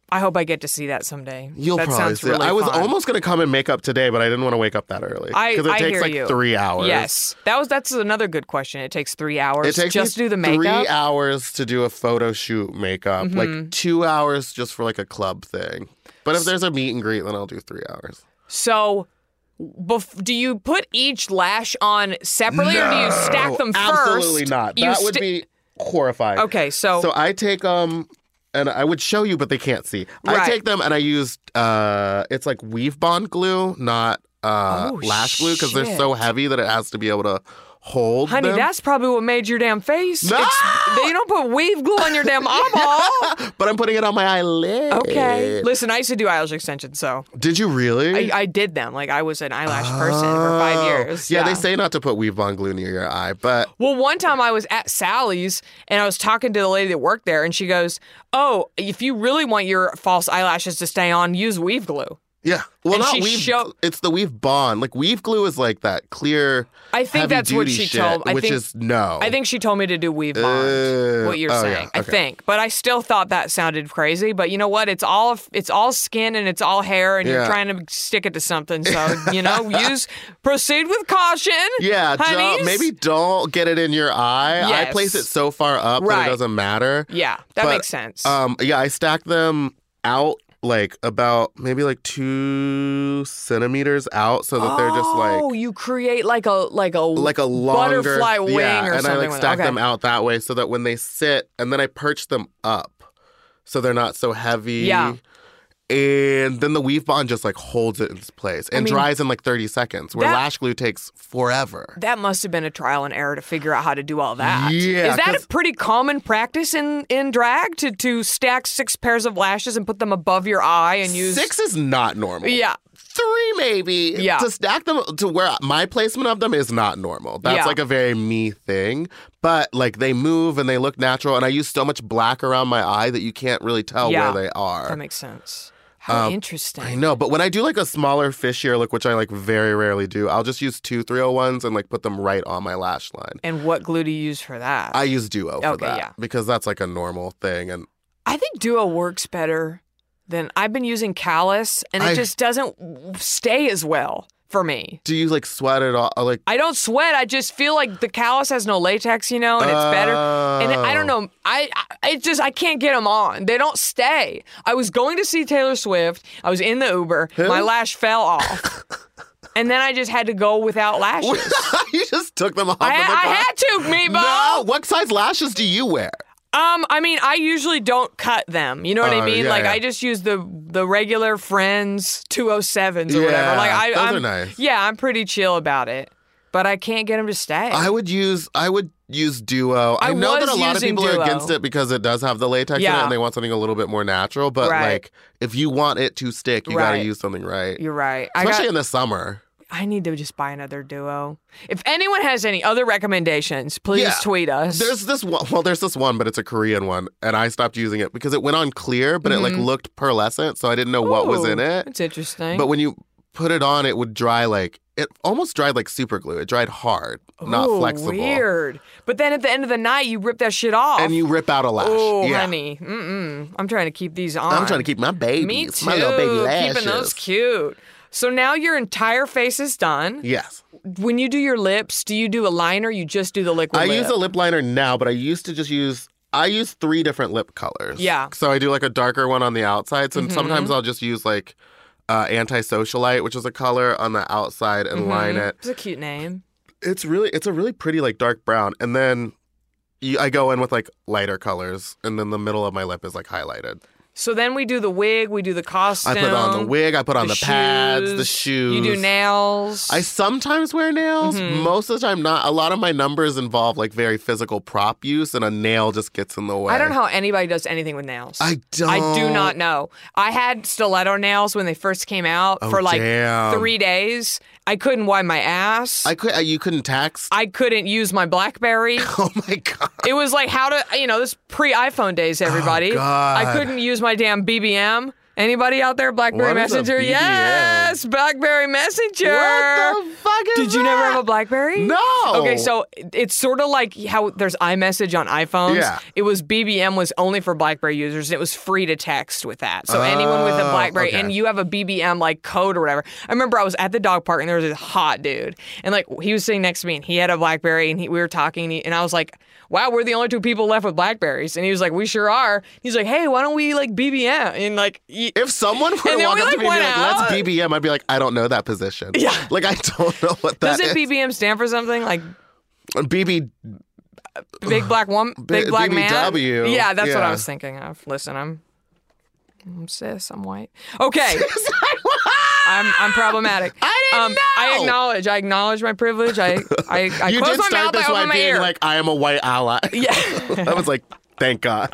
I hope I get to see that someday. you'll that probably sounds see really it i was fun. almost going to come and make up today but i didn't want to wake up that early I- because it I takes hear like you. three hours Yes, that was that's another good question. It takes three hours It takes just to me do the makeup. three hours to do a photo shoot makeup, Mm-hmm. like two hours just for like a club thing. But if there's a meet and greet, then I'll do three hours. So, bef- do you put each lash on separately, or do you stack them first? Oh, Absolutely not. You That would sta- be horrifying. okay. So, So I take um and I would show you, but they can't see. I Right. take them and I use uh it's like weave bond glue, not uh Oh, lash glue, because they're so heavy that it has to be able to hold. honey, them. that's probably what made your damn face. No! ex- you don't put weave glue on your damn eyeball. but I'm putting it on my eyelid. okay. Listen, I used to do eyelash extensions, so Did you really? I, I did them. Like I was an eyelash person for five Oh. years. Yeah, they say not to put weave on glue near your eye, but Well, one time I was at Sally's and I was talking to the lady that worked there, and she goes, "Oh, if you really want your false eyelashes to stay on, use weave glue." yeah. Well, And not she weave. show- it's the weave bond. Like weave glue is like that clear. I think that's what heavy-duty she shit, told- I which think- is no. I think she told me to do weave bond. Uh, what you're oh, yeah, saying, I okay. think, but I still thought that sounded crazy. But you know what? It's all it's all skin and it's all hair, and you're Yeah. trying to stick it to something. So you know, use proceed with caution. Yeah, honeys. don't, maybe don't get it in your eye. I Yes. place it so far up that Right. it doesn't matter. Yeah, that But, makes sense. Um, yeah, I stack them out like about maybe like two centimeters out, so that they're just like oh, you create like a like a like a longer butterfly wing yeah, or and something. I like with it. stack Okay. them out that way so that when they sit, and then I perch them up so they're not so heavy. Yeah. And then the weave bond just like holds it in its place and mean, dries in like 30 seconds, where that- lash glue takes forever. That must have been a trial and error to figure out how to do all that. Yeah, is that 'cause- a pretty common practice in in drag to to stack six pairs of lashes and put them above your eye and use Six is not normal. Yeah. Three maybe. Yeah. To stack them to where my placement of them is not normal. That's Yeah. like a very me thing. But like they move and they look natural. And I use so much black around my eye that you can't really tell Yeah. where they are. Um, That makes sense. How interesting. I know, but when I do like a smaller fishier look, which I like very rarely do, I'll just use two 301s and like put them right on my lash line. And what glue do you use for that? I use duo for Okay, that yeah. because that's like a normal thing. And I think Duo works better than I've been using Callus, and it I- just doesn't w- stay as well for me. do you like sweat it all? Like I don't sweat. I just feel like the callus has no latex, you know, and it's better. And I don't Oh. know. I, I it just I can't get them on. They don't stay. I was going to see Taylor Swift. I was in the Uber. My lash fell off. and then I just had to go without lashes. you just took them off. I, of the car. I had to, Meebo. No, what size lashes do you wear? Um, I mean, I usually don't cut them. You know what Oh, I mean? yeah, like yeah. I just use the the regular Friends 207s or Yeah, whatever. Like I, those I'm, are nice. Yeah, I'm pretty chill about it, but I can't get them to stay. I would use I would use Duo. I, Eh. I know that was a lot of using people are Duo. against it because it does have the latex in it Yeah. and they want something a little bit more natural. But Right. like if you want it to stick, you gotta Right. use something right. You're right. I Especially got, in the summer. I need to just buy another duo. If anyone has any other recommendations, please Yeah. tweet us. There's this one well, there's this one, but it's a Korean one, and I stopped using it because it went on clear, but it like looked pearlescent, so I didn't know what was in Ooh, it. That's Mm-hmm. Oh, interesting. But when you put it on, it would dry like it almost dried like super glue. It dried hard, not Ooh, flexible. Oh, Weird. But then at the end of the night, you rip that shit off. And you rip out a lash. Oh, yeah. honey. Mm-mm. I'm trying to keep these on. I'm trying to keep my babies, Me too. my little baby lashes. Keeping those cute. So now your entire face is done. Yes. When you do your lips, do you do a liner? You just do the liquid. I lip? use a lip liner now, but I used to just use I use three different lip colors. Yeah. Mm-hmm. So I do like a darker one on the outsides, and sometimes I'll just use like uh, anti-socialite, which is a color on the outside, and line it. It's a cute name. It's really it's a really pretty like dark brown, and then you, I go in with like lighter colors, and then the middle of my lip is like highlighted. So then we do the wig. We do the I costume. put on the wig, I put on the, pads, the shoes. You do nails. Mm-hmm. I sometimes wear nails. Most of the time, not. A lot of my numbers involve like very physical prop use, and a nail just gets in the way. I don't know how anybody does anything with nails. I I do don't. not know. I had stiletto nails when they first came out Oh, for like damn. three days. I couldn't wipe my ass. I could. uh, You couldn't text. I couldn't use my BlackBerry. oh my god. It was like how to, you know, this pre iPhone days, everybody. Oh, God. I couldn't use my damn BBM. Anybody out there, BlackBerry What is a Messenger? BBM? Yes, BlackBerry Messenger. What the fuck is Did you never that? have a BlackBerry? No. Okay, so it's sort of like how there's iMessage on iPhones. Yeah. It was BBM was only for BlackBerry users, and it was free to text with that. So anyone with a Oh, BlackBerry okay. and you have a BBM like code or whatever. I remember I was at the dog park and there was this hot dude, and like he was sitting next to me, and he had a BlackBerry, and he, we were talking, and, he- and I was like, "Wow, we're the only two people left with Blackberries," and he was like, "We sure are." He's like, "Hey, why don't we like BBM?" And like. y- If someone were to then walk we, up to like, me and be went like, "Let's out. BBM," I'd be like, "I don't know that position." Yeah. Like I don't know what that doesn't is. BBM stand for something like BB big black woman, big black BBW. man. Yeah, that's what Yeah. I was thinking of. Listen, I'm, I'm cis. I'm white. Okay. I'm, I'm problematic. I didn't um, I know. acknowledge. I acknowledge my privilege. I I, I you close did my start mouth. this I by open my being ear. like, "I am a white ally." yeah. I was like, "Thank God."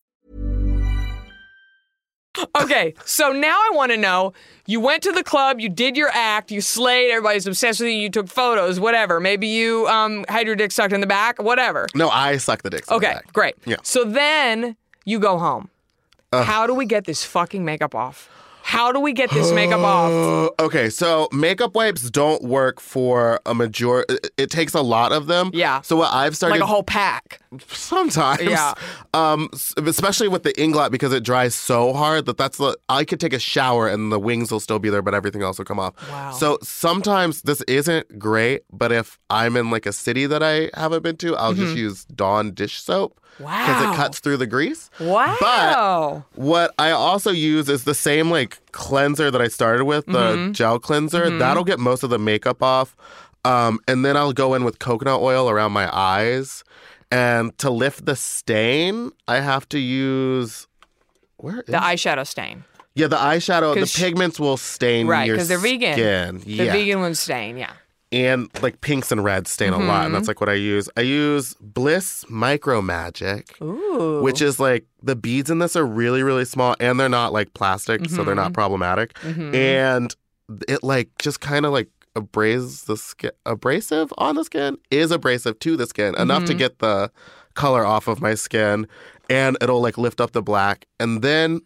Okay. So now I want to know. You went to the club. You did your act. You slayed. Everybody's obsessed with you. You took photos. Whatever. Maybe you um had your dick sucked in the back. Whatever. No, I suck the dick. so Okay, bad. great. Yeah. So then you go home. How do we get this fucking makeup off? How do we get this makeup off? Uh, okay, so makeup wipes don't work for a major. It, it takes a lot of them. Yeah. So what I've started Like a whole pack. sometimes. Yeah. Um, s- especially with the inglot because it dries so hard that that's the I could take a shower and the wings will still be there, but everything else will come off. Wow. So sometimes this isn't great, but if I'm in like a city that I haven't been to, I'll just use Dawn dish soap. Because Mm-hmm. Wow. it cuts through the grease. Wow. What I also use is the same like cleanser that I started with, the Mm-hmm. gel cleanser. That'll get most of the makeup off. Um, and then I'll go in with coconut oil around my eyes. And to lift the stain, I have to use where is the eyeshadow stain. yeah the eyeshadow. The 'cause sh- pigments will stain Right, because because they're vegan. Skin. The yeah vegan one's stain, yeah. and like pinks and reds stain a lot, and that's like what I use. I use Bliss Micro Magic, which is like the beads in this are really really small, and they're not like plastic, so they're not problematic. And it like just kind of like abrades the skin, abrasive on the skin is abrasive to the skin enough to get the color off of my skin, and it'll like lift up the black, and then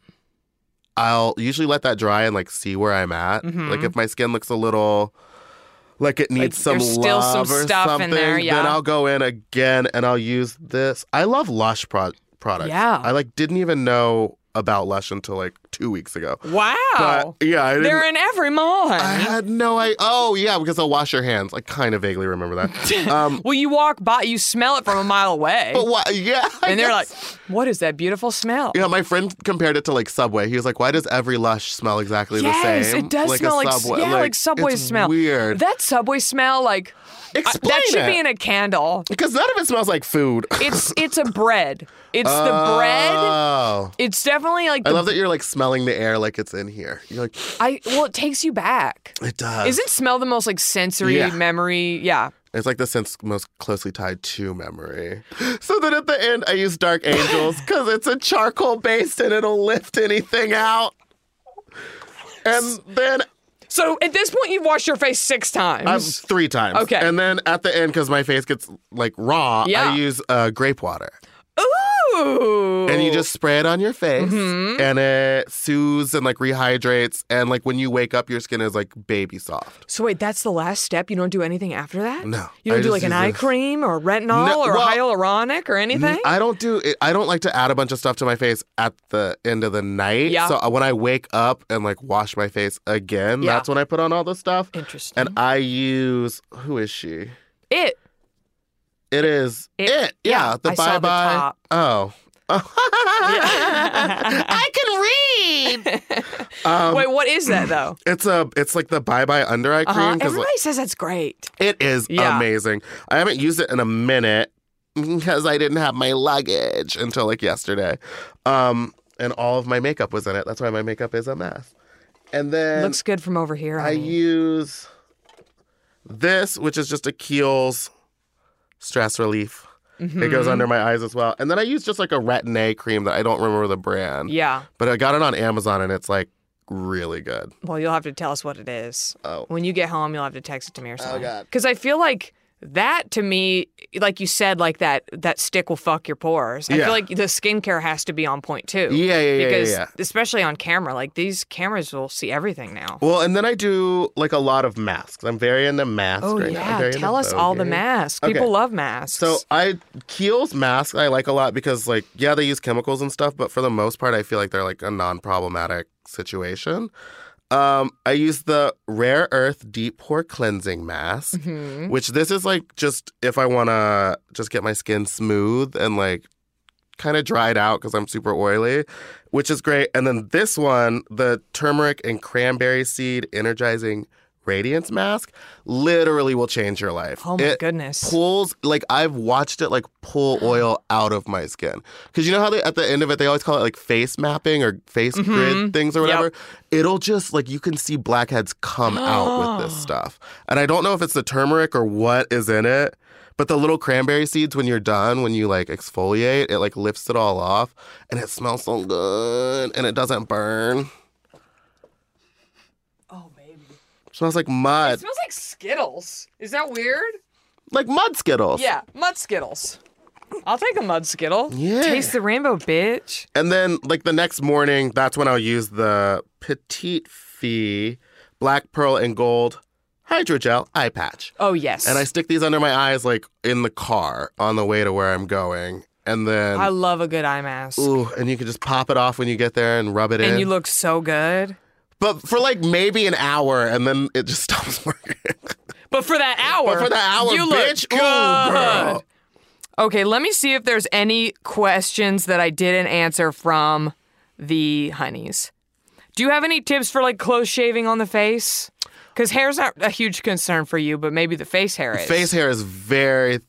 I'll usually let that dry and like see where I'm at. Mm-hmm. Like if my skin looks a little like it needs some there's still some love or stuff in something, there, then yeah. I'll go in again and I'll use this. I love Lush pro- products. Yeah. I like didn't even know about Lush until like two weeks ago. Wow. But yeah, I didn't. They're in every mall. I honey. had no idea. Oh yeah, because I'll wash your hands. I kind of vaguely remember that. Um, well, you walk by, you smell it from a mile away. but why? Yeah, I and they're guess. like, what is that beautiful smell? Yeah, my friend compared it to like Subway. He was like, "Why does every Lush smell exactly Yes, the same? it does smell like, yeah, like, Subway it's smell. Weird. That Subway smell, like I- Explain that should it. be in a candle. because none of it smells like food. It's it's a bread. It's the bread. Oh, It's definitely like I the, love that you're like smelling the air like it's in here. You're like, I well, it takes you back. it does. Isn't smell the most like sensory Yeah. memory? Yeah. It's like the sense most closely tied to memory. So then at the end, I use Dark Angels because it's a charcoal based and it'll lift anything out. And then So at this point, you've washed your face six times. Um, three times. Okay. And then at the end, because my face gets like raw, Yeah. I use uh, grape water. Ooh. Mm-hmm. And you just spray it on your face and it soothes and like rehydrates. And like when you wake up, your skin is like baby soft. So wait, that's the last step. You don't do anything after that. No, You don't I do like just an use eye this. cream or retinol No, or well- hyaluronic or anything. Mm, I don't do it. I don't like to add a bunch of stuff to my face at the end of the night. Yeah. So uh, when I wake up and like wash my face again, Yeah. that's when I put on all the stuff. Interesting. And I use, who is she? it. It is It- it. yeah, Yeah, the I bye saw the bye. top. Oh. I can read. Um, wait, what is that though? It's a it's like the bye bye under eye Uh-huh. cream because Everybody says that's great. it is Yeah. amazing. I haven't used it in a minute because I didn't have my luggage until like yesterday, um, and all of my makeup was in it. That's why my makeup is a mess. And then Looks good from over here. I honey. use this, which is just a Kiehl's stress relief. It Mm-hmm. goes under my eyes as well. And then I use just like a retin-A cream that I don't remember the brand. yeah. But I got it on Amazon and it's like really good. Well, you'll have to tell us what it is. Oh. When you get home, you'll have to text it to me or something. God. Because I feel like that to me, like you said, like that that stick will fuck your pores. I Yeah. feel like the skincare has to be on point too. Yeah, yeah, yeah, yeah, Because yeah. especially on camera, like these cameras will see everything now. Well, and then I do like a lot of masks. I'm very into masks Oh right now. I'm yeah, very into tell us all the Bogey. masks. Okay. People love masks. So I Kiehl's masks I like a lot because like yeah they use chemicals and stuff but for the most part I feel like they're like a non-problematic situation. Um, I use the Rare Earth Deep Pore Cleansing Mask, Mm-hmm. which this is like just if I want to just get my skin smooth and like kind of dried out because I'm super oily, which is great. And then this one, the turmeric and cranberry seed energizing radiance mask, literally will change your life. oh my It- goodness. pulls like I've watched it like pull oil out of my skin because you know how they at the end of it they always call it like face mapping or face Mm-hmm. grid things or whatever. It'll just like you can see blackheads come out with this stuff, and I don't know if it's the turmeric or what is in it. But the little cranberry seeds, when you're done, when you like exfoliate, it like lifts it all off, and it smells so good, and it doesn't burn. Oh baby, smells like mud, Oh, smells like Skittles. Is that weird? like mud skittles. Yeah, mud Skittles. I'll take a mud Skittle. Yeah. Taste the rainbow, bitch. And then, like the next morning, that's when I'll use the Petite Fee Black Pearl and Gold Hydrogel Eye Patch. Oh yes. And I stick these under my eyes, like in the car on the way to where I'm going. And then, I love a good eye mask. ooh, and you can just pop it off when you get there and rub it in. And you look so good. but for like maybe an hour, and then it just stops working. But for that hour, but for the hour, you look bitch, good. ooh, girl. Okay, let me see if there's any questions that I didn't answer from the honeys. Do you have any tips for like close shaving on the face? Because hair's not a huge concern for you, but maybe the face hair is. Face hair is very,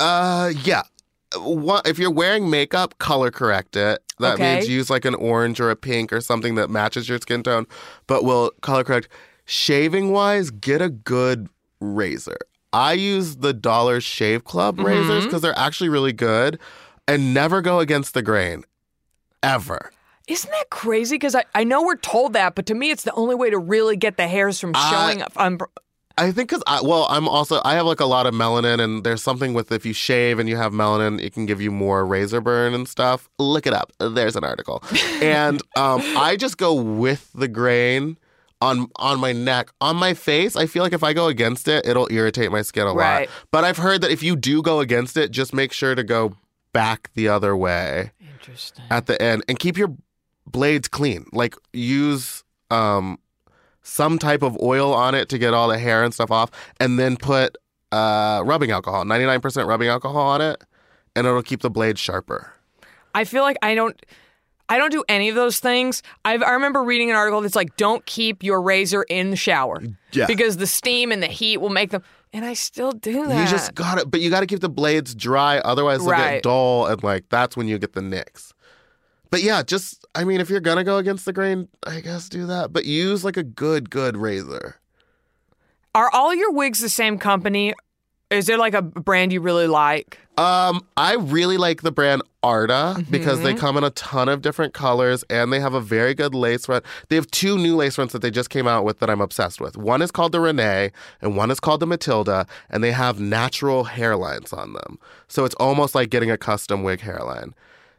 uh, yeah. What, if you're wearing makeup, color correct it. That Okay. means use like an orange or a pink or something that matches your skin tone, but will color correct. Shaving wise, get a good razor. I use the Dollar Shave Club razors Mm-hmm. because they're actually really good and never go against the grain. Ever. Isn't that crazy? Because I, I know we're told that, but to me, it's the only way to really get the hairs from I- showing up. Um, I think because I well, I'm also I have like a lot of melanin, and there's something with if you shave and you have melanin, it can give you more razor burn and stuff. Look it up. There's an article, and um, I just go with the grain on on my neck, on my face. I feel like if I go against it, it'll irritate my skin a Right. lot. But I've heard that if you do go against it, just make sure to go back the other way Interesting. at the end and keep your blades clean. Like use um some type of oil on it to get all the hair and stuff off and then put uh rubbing alcohol, 99% rubbing alcohol on it and it'll keep the blade sharper. I feel like I don't. I don't do any of those things. I've, I remember reading an article that's like, don't keep your razor in the shower Yeah. because the steam and the heat will make them. And I still do that. You just got to but you got to keep the blades dry otherwise they'll Right. get dull and like that's when you get the nicks. But yeah, just I mean if you're going to go against the grain, I guess do that, but use like a good good razor. Are all your wigs the same company? Is there like a brand you really like? Um, I really like the brand Arda because they come in a ton of different colors and they have a very good lace front. They have two new lace fronts that they just came out with that I'm obsessed with. One is called the Renee and one is called the Matilda, and they have natural hairlines on them. So it's almost like getting a custom wig hairline.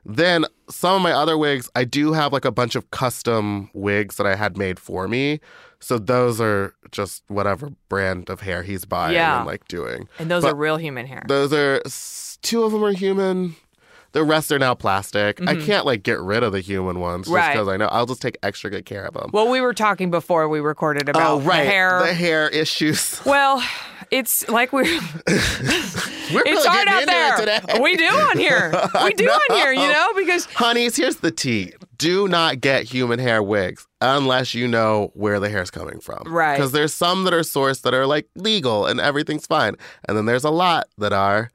Then some of my other wigs, I do have like a bunch of custom wigs that I had made for me. So those are just whatever brand of hair he's buying Yeah. and like doing. And those But- are real human hair. Those are s- two of them are human. The rest are now plastic. I can't like get rid of the human ones just Mm-hmm. Right. because I know I'll just take extra good care of them. well, we were talking before we recorded about oh right, the hair. the hair issues. well, it's like we're We're it's really hard getting out into there. it today. We do on here. We do on here, you know, because Honeys, here's the tea. Do not get human hair wigs unless you know where the hair's coming from. Right. Because there's some that are sourced that are like legal and everything's fine. And then there's a lot that are,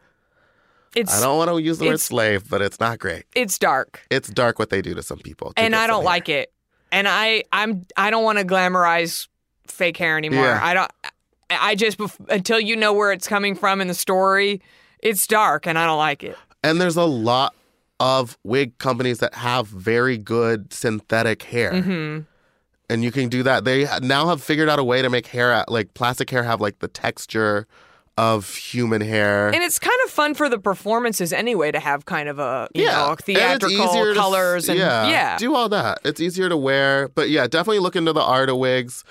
I it's don't want to use the word it's- slave, but it's not great. it's dark. It's dark what they do to some people. to and get I some don't hair. like it. And I I'm I don't want to glamorize fake hair anymore. Yeah. I don't I just bef- until you know where it's coming from in the story, it's dark and I don't like it. And there's a lot of wig companies that have very good synthetic hair. Mm-hmm. And you can do that. They now have figured out a way to make hair, like plastic hair, have like the texture of human hair. And it's kind of fun for the performances anyway to have kind of a you know, And it's easier to theatrical s- colors and yeah, yeah. do all that. It's easier to wear, but yeah, definitely look into the art of wigs.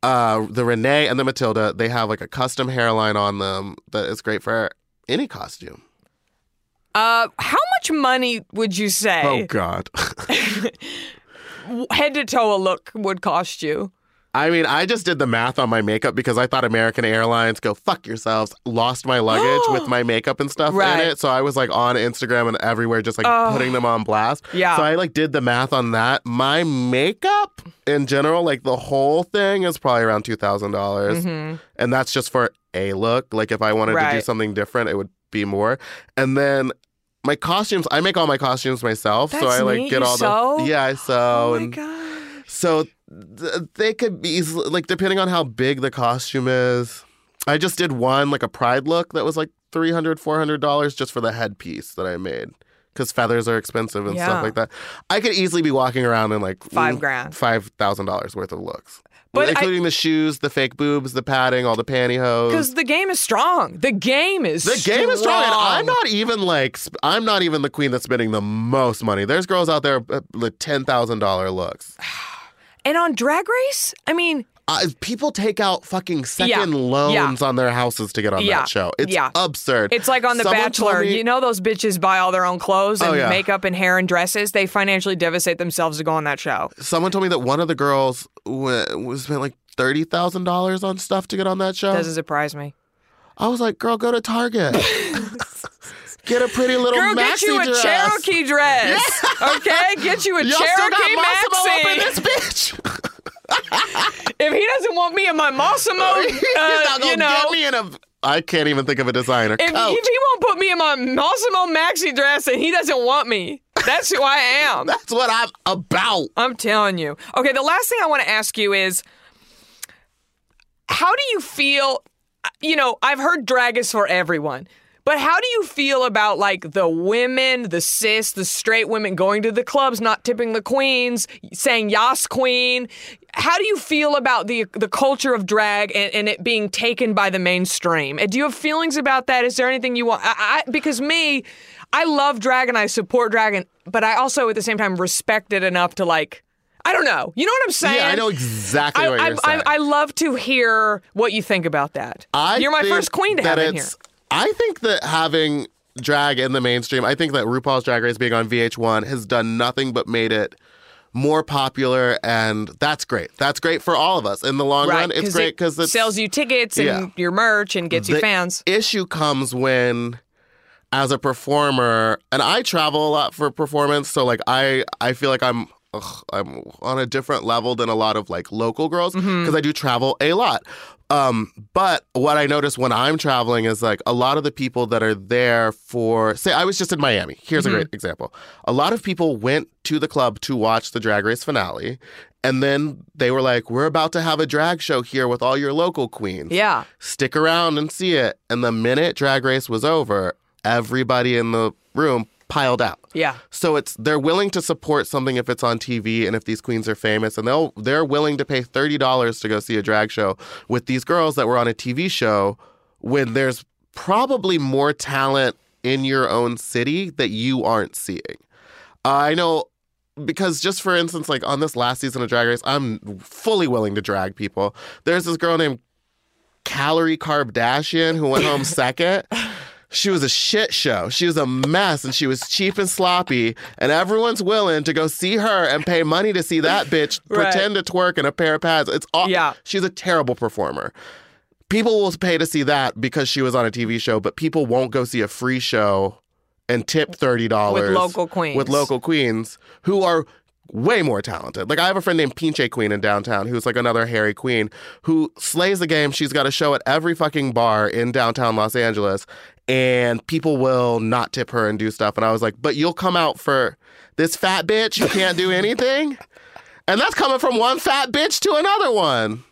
Uh, the Renee and the Matilda, they have like a custom hairline on them that is great for any costume. Uh, how much money would you Oh say God. head to toe a look would cost you? I mean, I just did the math on my makeup because I thought American Airlines go fuck yourselves lost my luggage with my makeup and stuff Right. in it. So I was like on Instagram and everywhere just like putting them on blast. Yeah. So I like did the math on that. My makeup in general, like the whole thing is probably around $2,000. dollars And that's just for a look. Like if I wanted to do Mm-hmm. Right. something different, it would be more. And then my costumes, I make all my costumes myself. so That's I like neat. get You all sew? the Yeah, I sew Oh my and god. so th- they could be easily, like depending on how big the costume is. I just did one like a pride look that was like 300 dollars just for the headpiece that I made because feathers are expensive and Yeah. stuff like that. I could easily be walking around in like Five mm, grand. five thousand dollars worth of looks, But I- including the shoes, the fake boobs, the padding, all the pantyhose. Because the game is strong. The game is The game is strong. And I'm not even like sp- I'm not even the queen that's spending the most money. There's girls out there uh, with ten thousand dollar looks. And on Drag Race, I mean, uh, people take out fucking second Yeah. loans on their houses to get on Yeah. that show. It's Yeah. absurd. it's like on The Someone told Bachelor. me- you know, those bitches buy all their own clothes and Oh, yeah. makeup and hair and dresses. They financially devastate themselves to go on that show. Someone told me that one of the girls w- was spent like thirty thousand dollars on stuff to get on that show. Doesn't surprise me. I was like, girl, go to Target. Get a pretty little Girl, maxi get you a Oh, dress. Cherokee dress. Okay, get you a Y'all still got Cherokee Massimo maxi. up in this bitch. if he doesn't want me in my Massimo, uh, He's not gonna you know, get me in a. I can't even think of a designer. if, Coach. if he won't put me in my Massimo maxi dress and he doesn't want me, that's who I am. That's what I'm about. I'm telling you. Okay, the last thing I want to ask you is how do you feel? You know, I've heard drag is for everyone, But how do you feel about like the women, the cis, the straight women going to the clubs, not tipping the queens, saying yas queen? How do you feel about the the culture of drag and, and it being taken by the mainstream? And do you have feelings about that? Is there anything you want? I, I, because me, I love drag and I support drag, and, but I also at the same time respect it enough to like. I don't know. You know what I'm saying? Yeah, I know exactly I, what you're I, saying. I, I love to hear what you think about that. You're my think first queen to have that in here. it's- I think that having drag in the mainstream, I think that RuPaul's Drag Race being on VH1 has done nothing but made it more popular, and that's great. That's great for all of us in the long run. It's 'cause great it because it sells you tickets yeah. and your merch and gets you the fans. Issue comes when, as a performer, and I travel a lot for performance, so like I I feel like I'm. ugh, I'm on a different level than a lot of like local girls because I do travel a lot. Um, but what I notice when I'm traveling is like a lot of the people that are there for, say, I was just in Miami. Here's a great example. A lot of people went to the club to watch the Drag Race finale, and then they were like, "We're about to have a drag show here with all your local queens." Yeah. stick around and see it. And the minute Drag Race was over, everybody in the room piled out. Yeah. So it's they're willing to support something if it's on TV and if these queens are famous, and they'll they're willing to pay thirty dollars to go see a drag show with these girls that were on a TV show when there's probably more talent in your own city that you aren't seeing. I know because just for instance, like on this last season of Drag Race, I'm fully willing to drag people. There's this girl named Calorie Kardashian who went home second. She was a shit show. She was a mess and she was cheap and sloppy. And everyone's willing to go see her and pay money to see that bitch Right. pretend to twerk in a pair of pads. It's all Yeah. she's a terrible performer. People will pay to see that because she was on a TV show, but people won't go see a free show and tip thirty dollars With local queens. With local queens who are way more talented. Like I have a friend named Pinche Queen in downtown who's like another hairy queen who slays the game. She's got a show at every fucking bar in downtown Los Angeles and people will not tip her and do stuff. And I was like, but you'll come out for this fat bitch who can't do anything? And that's coming from one fat bitch to another one.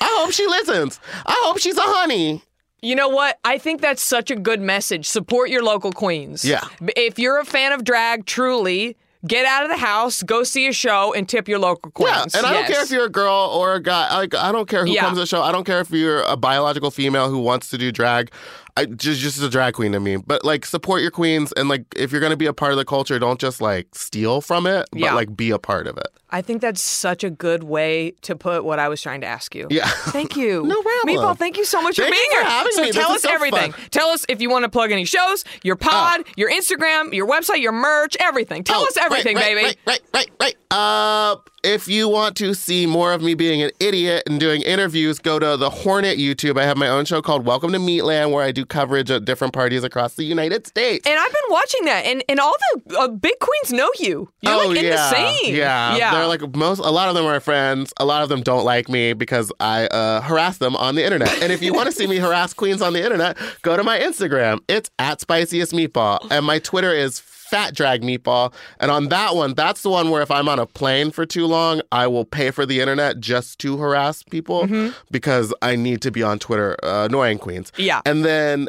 I hope she listens. I hope she's a honey. You know what? I think that's such a good message. Support your local queens. Yeah. B- If you're a fan of drag, truly, get out of the house, go see a show, and tip your local queens. Yeah, and I don't care if you're a girl or a guy. Like, I don't care who Yeah. comes to the show. I don't care if you're a biological female who wants to do drag. I just just a drag queen to me. But like, support your queens, and like, if you're gonna be a part of the culture, don't just like steal from it, but Yeah. like be a part of it. I think that's such a good way to put what I was trying to ask you. Yeah. Thank you. No problem. Meatball, thank you so much for Thank being you for here. having so me. This tell is us so everything. fun. Tell us if you want to plug any shows, your pod, your Instagram, your website, your merch, everything. Tell Oh, us everything, right, right, baby. Right, right, right, right. Uh, if you want to see more of me being an idiot and doing interviews, go to the Hornet YouTube. I have my own show called Welcome to Meatland, where I do coverage at different parties across the United States. And I've been watching that, and, and all the uh, big queens know you. You're oh like in yeah, the scene. yeah, yeah. They're like most. A lot of them are friends. A lot of them don't like me because I uh, harass them on the internet. And if you want to see me harass queens on the internet, go to my Instagram. It's at spiciest meatball, and my Twitter is fat drag meatball. And on that one, that's the one where if I'm on a plane for too long, I will pay for the internet just to harass people Mm-hmm. because I need to be on Twitter uh, annoying queens. Yeah. And then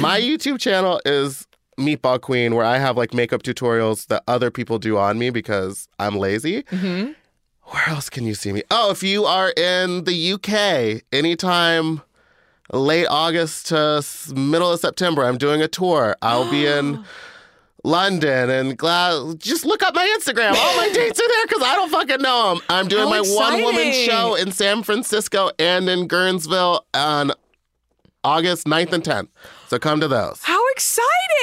my YouTube channel is Meatball Queen, where I have like makeup tutorials that other people do on me because I'm lazy. Where else can you see me? Oh, if you are in the UK, anytime late August to s- middle of September, I'm doing a tour. I'll be in. London and Glasgow. Just look up my Instagram. All my dates are there because I don't fucking know them. I'm doing How my one woman exciting. show in San Francisco and in Guernsville on August 9th and 10th. So come to those. How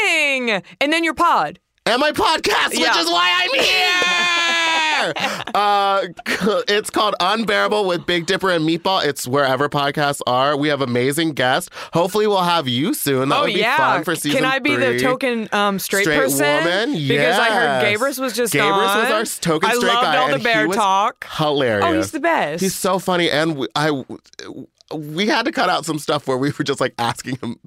exciting! And then your pod. And my podcast, which Yeah. is why I'm here. uh, it's called Unbearable with Big Dipper and Meatball. It's wherever podcasts are. We have amazing guests. Hopefully, we'll have you soon. That oh would be yeah. fun for season Can I be three. the token um, straight, person? woman. Because I heard yes. Gabrus was just Gabrus on. was our token I straight loved guy, all the and he bear was talk. Hilarious. Oh, he's the best. He's so funny, and we, I we had to cut out some stuff where we were just like asking him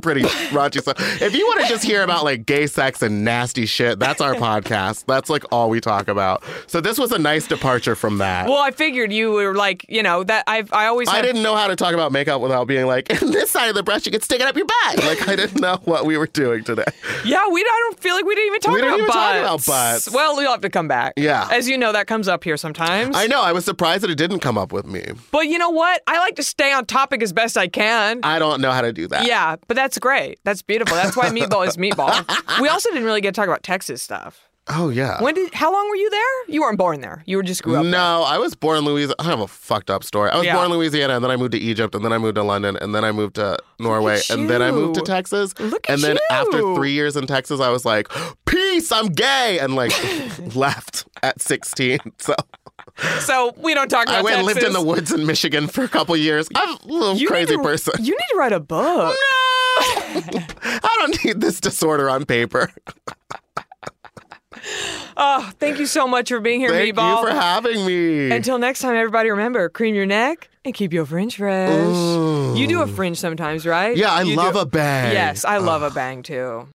pretty raunchy stuff. If you want to just hear about like gay sex and nasty shit, that's our podcast. That's like all we talk about. So this was a nice departure from that. Well, I figured you were like, you know, that I've I always I have- didn't know how to talk about makeup without being like, and this side of the brush, you can stick it up your butt. Like, I didn't know what we were doing today. Yeah, we I don't feel like we didn't even talk We didn't about even talk butts. about butts. Well, you'll have to come back. Yeah. As you know, that comes up here sometimes. I know. I was surprised that it didn't come up with me. But you know what? I like to stay on topic as best I can. I don't know how to do that. yeah, but that's great. That's beautiful. That's why meatball is meatball. We also didn't really get to talk about Texas stuff. Oh, yeah. When did? How long were you there? You weren't born there. You were just grew up. there. No, I was born in Louisiana. I have a fucked up story. I was Yeah. born in Louisiana, and then I moved to Egypt, and then I moved to London, and then I moved to Norway, at and then I moved to you. Texas. Look at and then you. after three years in Texas, I was like, "Peace, I'm gay," and like left at 16. So So we don't talk about I went and Texas. lived in the woods in Michigan for a couple years. I'm a little You need crazy to- person. You need to write a book. I don't need this disorder on paper. Oh, thank you so much for being here, Thank meatball. you for having me. Until next time, everybody remember, cream your neck and keep your fringe fresh. You do a fringe sometimes, right? yeah, I You love do- a bang. Yes, I love a bang too.